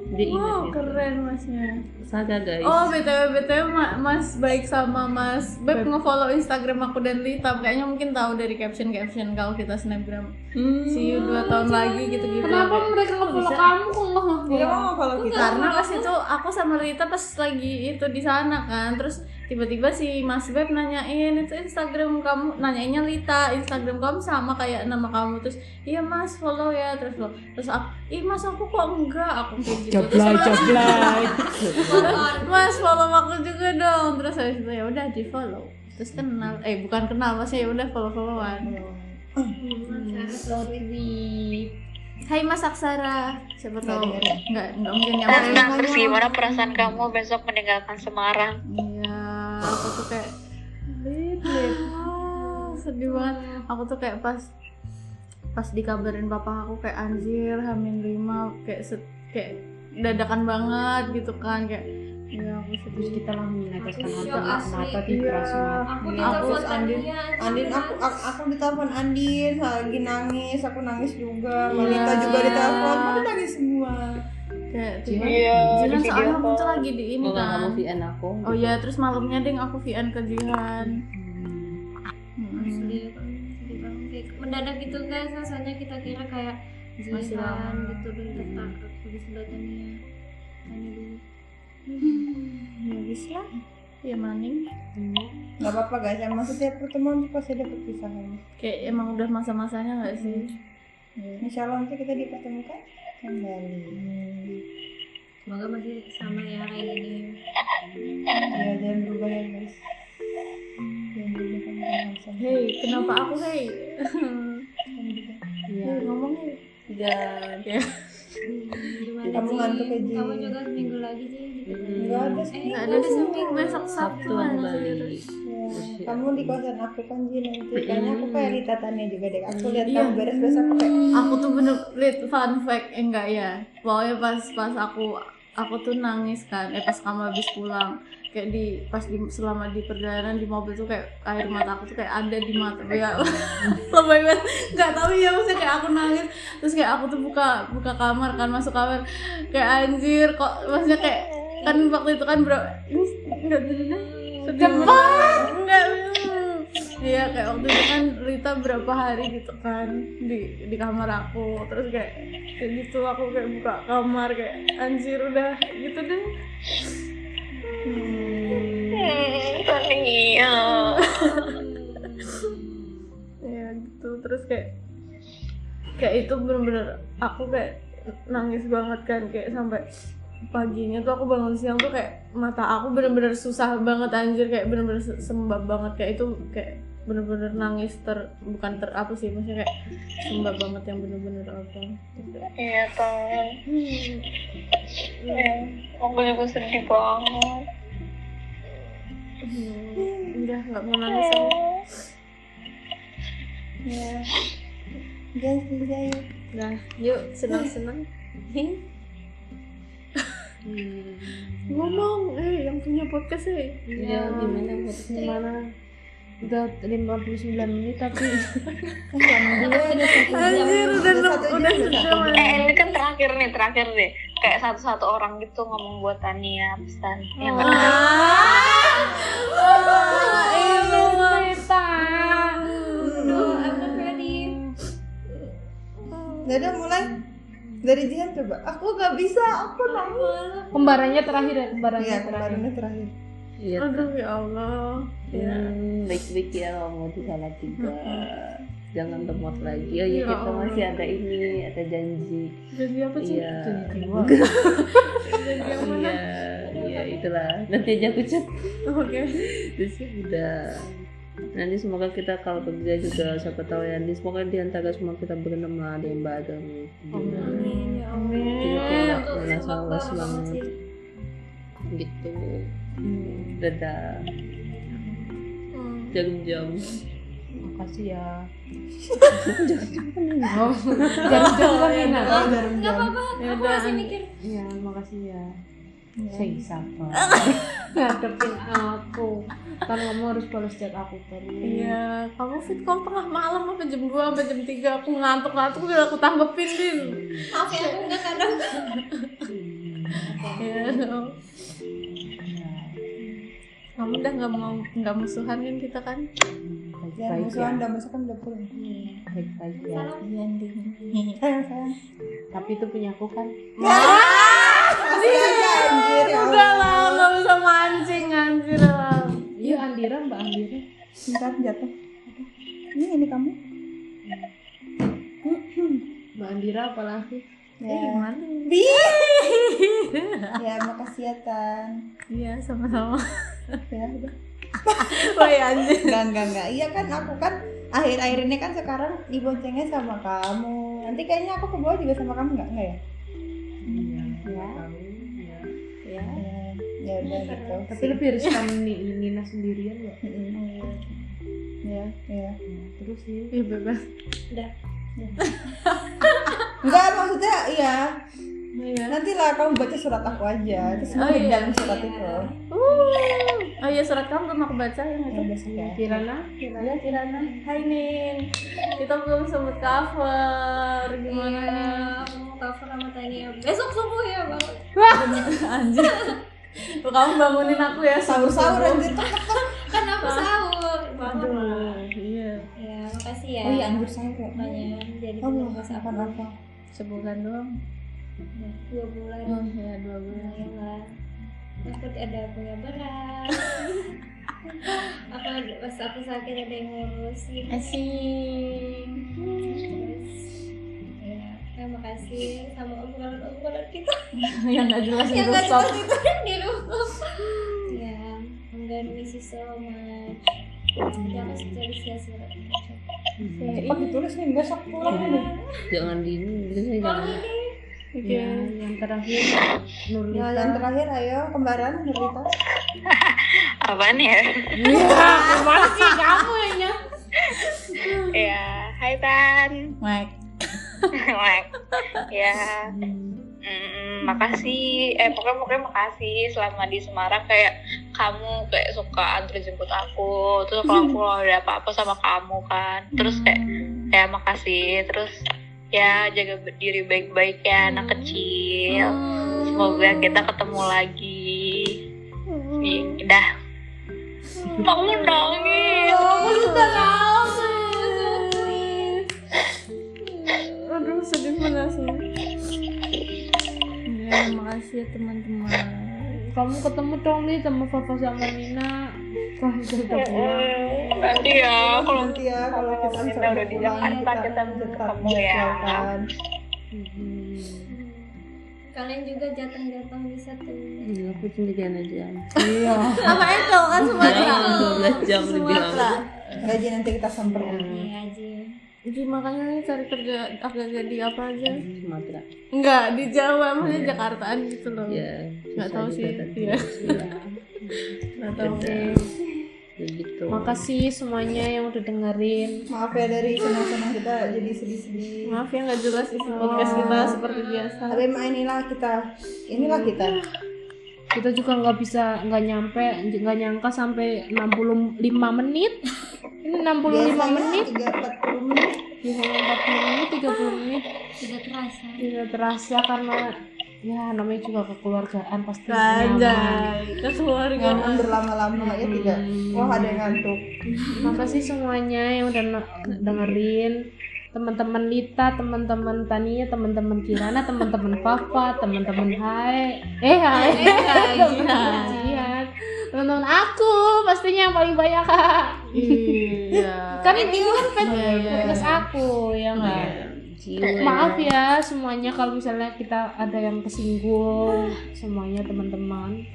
S5: dia ingat
S6: wow
S5: gitu.
S6: keren masnya
S5: Saga, guys
S6: Oh btw btw Ma- Mas baik sama Mas Beb ngefollow Instagram aku dan Lita kayaknya mungkin tahu dari caption caption kalau kita snapgram.
S2: Hmm.
S6: See you dua tahun lagi gitu gitu.
S4: kenapa mereka nggak follow
S6: Bisa.
S4: kamu kok nggak
S2: Dia
S4: follow
S2: mau kalau gitu. kita
S6: Karena pas itu aku sama Lita pas lagi itu di sana kan, terus tiba-tiba si Mas Beb nanyain itu Instagram kamu, nanyainnya Lita, Instagram kamu sama kayak nama kamu terus iya Mas follow ya terus lo terus aku, ih Mas aku kok enggak aku kayak gitu terus Mas- *laughs* Mas follow aku juga dong. Terus habis itu ya udah di follow. Terus kenal, eh bukan kenal maksudnya ya udah follow followan. Hai Mas Aksara, siapa tahu nggak nggak mungkin nyampe.
S3: Tentang terus gimana Nah, perasaan kamu besok meninggalkan Semarang?
S6: Iya, aku tuh kayak lip lip. Ah, sedih banget. Aku tuh kayak pas pas dikabarin papa aku kayak anjir hamil lima kayak se- kayak dadakan banget gitu kan kayak ya aku
S4: terus
S6: sedih
S4: kita lah menegaskan
S7: Aku
S4: mata
S7: shock asli.
S4: mata di
S6: Iya.
S4: Prasmanan.
S7: aku
S2: Iya,
S7: ditelepon
S2: terus Andin-
S7: Tania
S2: Andin aku aku, aku ditelepon Andin lagi nangis, aku nangis juga. Malita
S6: Iya.
S2: juga ditelepon, aku nangis semua.
S6: kayak tiba-
S3: Iya,
S6: Jihan soalnya aku tuh lagi di ini
S5: Mau Oh, nggak
S6: kan
S5: kamu VN aku
S6: Oh iya, terus malamnya ding aku VN ke Jihan. Hmm.
S7: Sedih banget, sedih banget. Kayak mendadak gitu guys rasanya kita kira kayak
S6: Masih
S7: jihan
S6: lama.
S7: gitu dan tetap habis datangnya Tania dulu
S6: Ya wis lah. Ya maning.
S2: Gak apa-apa guys, emang setiap pertemuan tuh pasti ada perpisahan.
S6: Kayak emang udah masa-masanya nggak sih?
S2: Hmm.
S6: Hmm.
S2: Insya Allah nanti kita dipertemukan kembali.
S6: Hmm.
S7: semoga masih sama ya kayak gini
S2: Ya jangan berubah ya guys. Jangan berubah kamu akan sama.
S6: Hei, kenapa aku hei? Iya. ngomong hei.
S5: Iya.
S6: Ya.
S7: Gimana,
S2: Kamu
S7: Ji?
S2: ngantuk ya, Ji?
S7: kamu juga seminggu lagi sih
S5: Iya,
S2: Enggak ada sih.
S7: eh
S6: Nggak
S7: ada
S6: ada
S7: seminggu
S6: seminggu besok Hmm. Sabtu
S5: Sabtuan
S6: mana sih?
S5: Bali
S2: Ya, Kamu di kosan aku kan Ji nanti. Kayaknya aku kayak Lita Tania juga deh. Aku lihat
S6: Iya.
S2: kamu beres-beres aku kayak
S6: Aku tuh bener lihat fun fact eh, enggak ya. Pokoknya pas pas aku aku tuh nangis kan. Eh pas kamu habis pulang kayak di pas di selama di perjalanan di mobil tuh kayak air mata aku tuh kayak ada di mata ya *laughs* lebay banget nggak tahu ya maksudnya kayak aku nangis terus kayak aku tuh buka buka kamar kan masuk kamar kayak anjir kok maksudnya kayak kan waktu itu kan bro ini nggak bener cepat nggak bener. iya kayak waktu itu kan Lita berapa hari gitu kan di di kamar aku terus kayak kayak gitu aku kayak buka kamar kayak anjir udah gitu deh
S3: Hmm, Tania.
S6: ya gitu terus kayak kayak itu bener-bener aku kayak nangis banget kan kayak sampai paginya tuh aku bangun siang tuh kayak mata aku bener-bener susah banget anjir kayak bener-bener se- sembab banget kayak itu kayak bener-bener nangis ter bukan ter apa sih maksudnya kayak sembab banget yang bener-bener Gitu. apa
S3: Iya teman. Iya, aku juga sedih banget.
S6: Hmm, udah nggak mau nangis aku.
S2: Guys, guys.
S6: Nah, yuk senang-senang. Ngomong, eh yang punya podcast eh.
S5: Iya, gimana podcastnya?
S4: Gimana? Udah 59 menit
S5: *laughs*
S4: tapi
S2: Kan sama dulu "Ah, udah satu jam.
S6: Anjir, udah
S2: satu
S6: udah
S2: jam,
S6: sejam.
S2: satu
S3: Eh
S2: jam.
S3: ini kan terakhir nih, terakhir deh. Kayak satu-satu orang gitu ngomong buat Tania pesan. Ya nggak?
S7: Aduh, aku ready.
S2: Dadah mulai dari Jihan coba. Aku gak bisa, aku nangis.
S4: kembarannya terakhir ya, kembarannya
S2: Iya,
S4: terakhir.
S2: kemarinnya terakhir.
S5: Iya.
S6: Aduh ya Allah. Ya.
S5: Hmm, baik-baik ya Allah di salah tiga. Jangan temot lagi. Oh iya,
S6: Ya
S5: kita
S6: Allah.
S5: masih ada ini, ada janji.
S6: Jadi apa sih?
S5: Iya. *laughs*
S6: Jadi jiwa. Jadi yang mana?
S5: Iya, iya itulah. Nanti aja aku cek.
S6: Oke.
S5: Terus ya udah. Nanti semoga kita kalau kerja juga siapa tahu ya. Nanti semoga di antara semua kita berenam lah ada yang bareng.
S6: Amin. Ya
S5: Jadi
S6: amin.
S5: kayak merasa awas banget gitu.
S6: Hmm.
S5: Dadah. Jarum-jarum.
S4: Makasih ya.
S5: Oh,
S4: Jangan-jangan kan
S5: iya.
S4: Nina.
S7: Enggak apa-apa, aku masih mikir.
S4: Iya, makasih ya. Say siapa? Ngadepin aku. Kan kamu harus balas chat aku terus.
S6: Iya, kamu fit kamu tengah malam apa jam 2 apa jam 3 aku ngantuk-ngantuk udah aku tanggepin Din.
S7: Maaf ya, aku enggak kadang.
S6: Iya. Kamu udah nggak mau nggak musuhan kan kita kan?
S2: Jangan
S5: ya,
S2: musuhan,
S4: ya.
S2: udah masuk kan udah pulang.
S4: Baik-baik ya.
S2: Iya, Din.
S5: ya.
S2: Sayang, sayang.
S4: Tapi itu punya aku kan.
S2: Masih aja, anjir. Ya
S6: Udah
S2: Allah.
S6: lah, nggak bisa mancing anjir lah.
S4: Iya Andira, Mbak Andira.
S2: Bentar, jatuh. Ini, ini kamu.
S4: Mbak Andira apalagi?
S2: Ya. Di. Ya, makasih ya, Tan.
S6: Iya, sama-sama.
S2: Ya, udah.
S5: Oh,
S6: Wah, ya, anjir.
S2: Enggak, enggak, enggak. Iya kan aku kan akhir-akhir ini kan sekarang diboncengnya sama kamu. Nanti kayaknya aku ke bawah juga sama kamu enggak enggak ya? Iya. Ya. Ya. Ya udah gitu.
S4: Tapi lebih harus kamu Ni- Nina sendirian ya.
S2: Mm-mm. Ya, ya.
S4: Terus nih.
S6: Ya bebas.
S2: Enggak maksudnya iya.
S6: Iya.
S2: Nantilah kamu baca surat aku aja. Terus oh, di dalam surat itu.
S6: Uh. Oh iya surat kamu belum aku baca yang
S2: Ya
S6: itu.
S2: udah sudah.
S4: Kirana,
S6: Kirana, Kirana. Hai Nin. Kita belum sempet cover. Gimana
S7: Iya,
S6: nih?
S7: aku mau cover sama Tania. Besok subuh ya, Bang.
S6: Anjir.
S5: Iya.
S6: Tuh, kamu bangunin aku ya
S2: Sahur-sahur
S6: subuh-subuh.
S2: anjir.
S7: Kan aku sahur. Bangun.
S6: Aduh, iya.
S7: Ya, makasih ya.
S2: Oh iya anggur sahur ya.
S7: Makanya jadi
S2: Kamu belum
S7: mas
S2: masakan
S7: aku.
S2: apa?
S6: Sebulan doang.
S7: Ya, Dua bulan.
S6: Oh iya, dua bulan.
S7: Lumayan lah. Takut ada punya
S6: *laughs*
S7: berat. apa pas aku sakit ada yang ngurus gitu.
S6: Asing.
S7: Terus, ya, terima kasih sama obrolan-obrolan kita.
S6: yang nggak jelas
S7: yang
S6: itu
S7: gak
S6: stop.
S7: dikasih di rumah ya I'm gonna miss you so much jangan jadi sia-sia
S2: Cepat ditulis nih besok pulang nih.
S5: Jangan di biasanya jangan.
S6: Oke.
S4: Iya. yang terakhir
S2: Ya,
S4: Nurlita.
S2: yang terakhir ayo kembaran Nurita.
S3: Apaan ya?
S4: Masih kamu yang
S3: Ya, hai Tan.
S10: Maik.
S3: Like, ya Mm, makasih eh pokoknya pokoknya makasih selama di Semarang kayak kamu kayak suka antar jemput aku terus kalau aku kalau ada apa-apa sama kamu kan terus kayak ya makasih terus ya jaga be- diri baik-baik ya anak kecil semoga kita ketemu lagi Ih, dah kamu nangis
S6: Aduh, sedih mana sih? Ya, makasih ya teman-teman.
S4: Kamu ketemu dong nih sama Fafa sama Nina. Kamu sudah pulang.
S3: nanti ya kalau
S2: nanti ya kalau kita
S3: kita
S2: sudah
S3: udah di
S2: pulang,
S3: Jakarta, kita
S2: tetap
S3: ketemu ya.
S2: jadwalkan.
S7: Hmm. kalian juga jateng-jateng bisa tuh
S5: Hmm, aku sendirian aja.
S11: apa itu kan semua
S5: Iya, Dua 12 jam lebih lama.
S2: Nggak, Ji, nanti kita samperin.
S7: Iya aja
S6: Jadi makanya ini cari kerja akhirnya di apa aja?
S5: Sumatera.
S6: Enggak di Jawa, maksudnya Jakartaan gitu loh.
S5: Ya.
S6: Nggak
S5: susah
S6: tahu
S5: juga
S6: sih,
S5: tadi.
S6: iya.
S5: Iya.
S6: Nggak tahu.
S5: Beda. Ya gitu.
S1: Iya. Makasih semuanya yang udah dengerin.
S2: Maaf ya dari senang-senang kita jadi sedih-sedih.
S6: Maaf ya nggak jelas isi podcast kita seperti biasa.
S2: Tapi emang inilah kita, inilah kita.
S1: Kita juga nggak bisa nggak nyampe nggak nyangka sampai 65 menit. Ini 65 menit, *laughs*
S2: tiga empat puluh menit.
S1: biasanya 40 menit, 30 menit
S7: tidak terasa
S1: tidak terasa karena ya namanya juga kekeluargaan pasti nyaman.
S6: Anjay, keluarga.
S2: Jangan berlama-lama ya tidak. Wah ada yang ngantuk.
S1: Makasih semuanya yang udah no- dengerin teman-teman Lita, teman-teman Tania, teman-teman Kirana, teman-teman Papa, teman-teman Hai, eh Hai, teman-teman Jihan, teman-teman aku pastinya yang paling banyak kak.
S6: Iya.
S1: Kan ini kan fan
S6: Iya, iya.
S1: podcast aku ya enggak. Maaf ya semuanya kalau misalnya kita ada yang kesinggung semuanya teman-teman.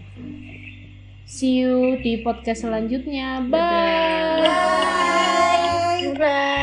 S1: See you di podcast selanjutnya. Bye.
S3: Bye.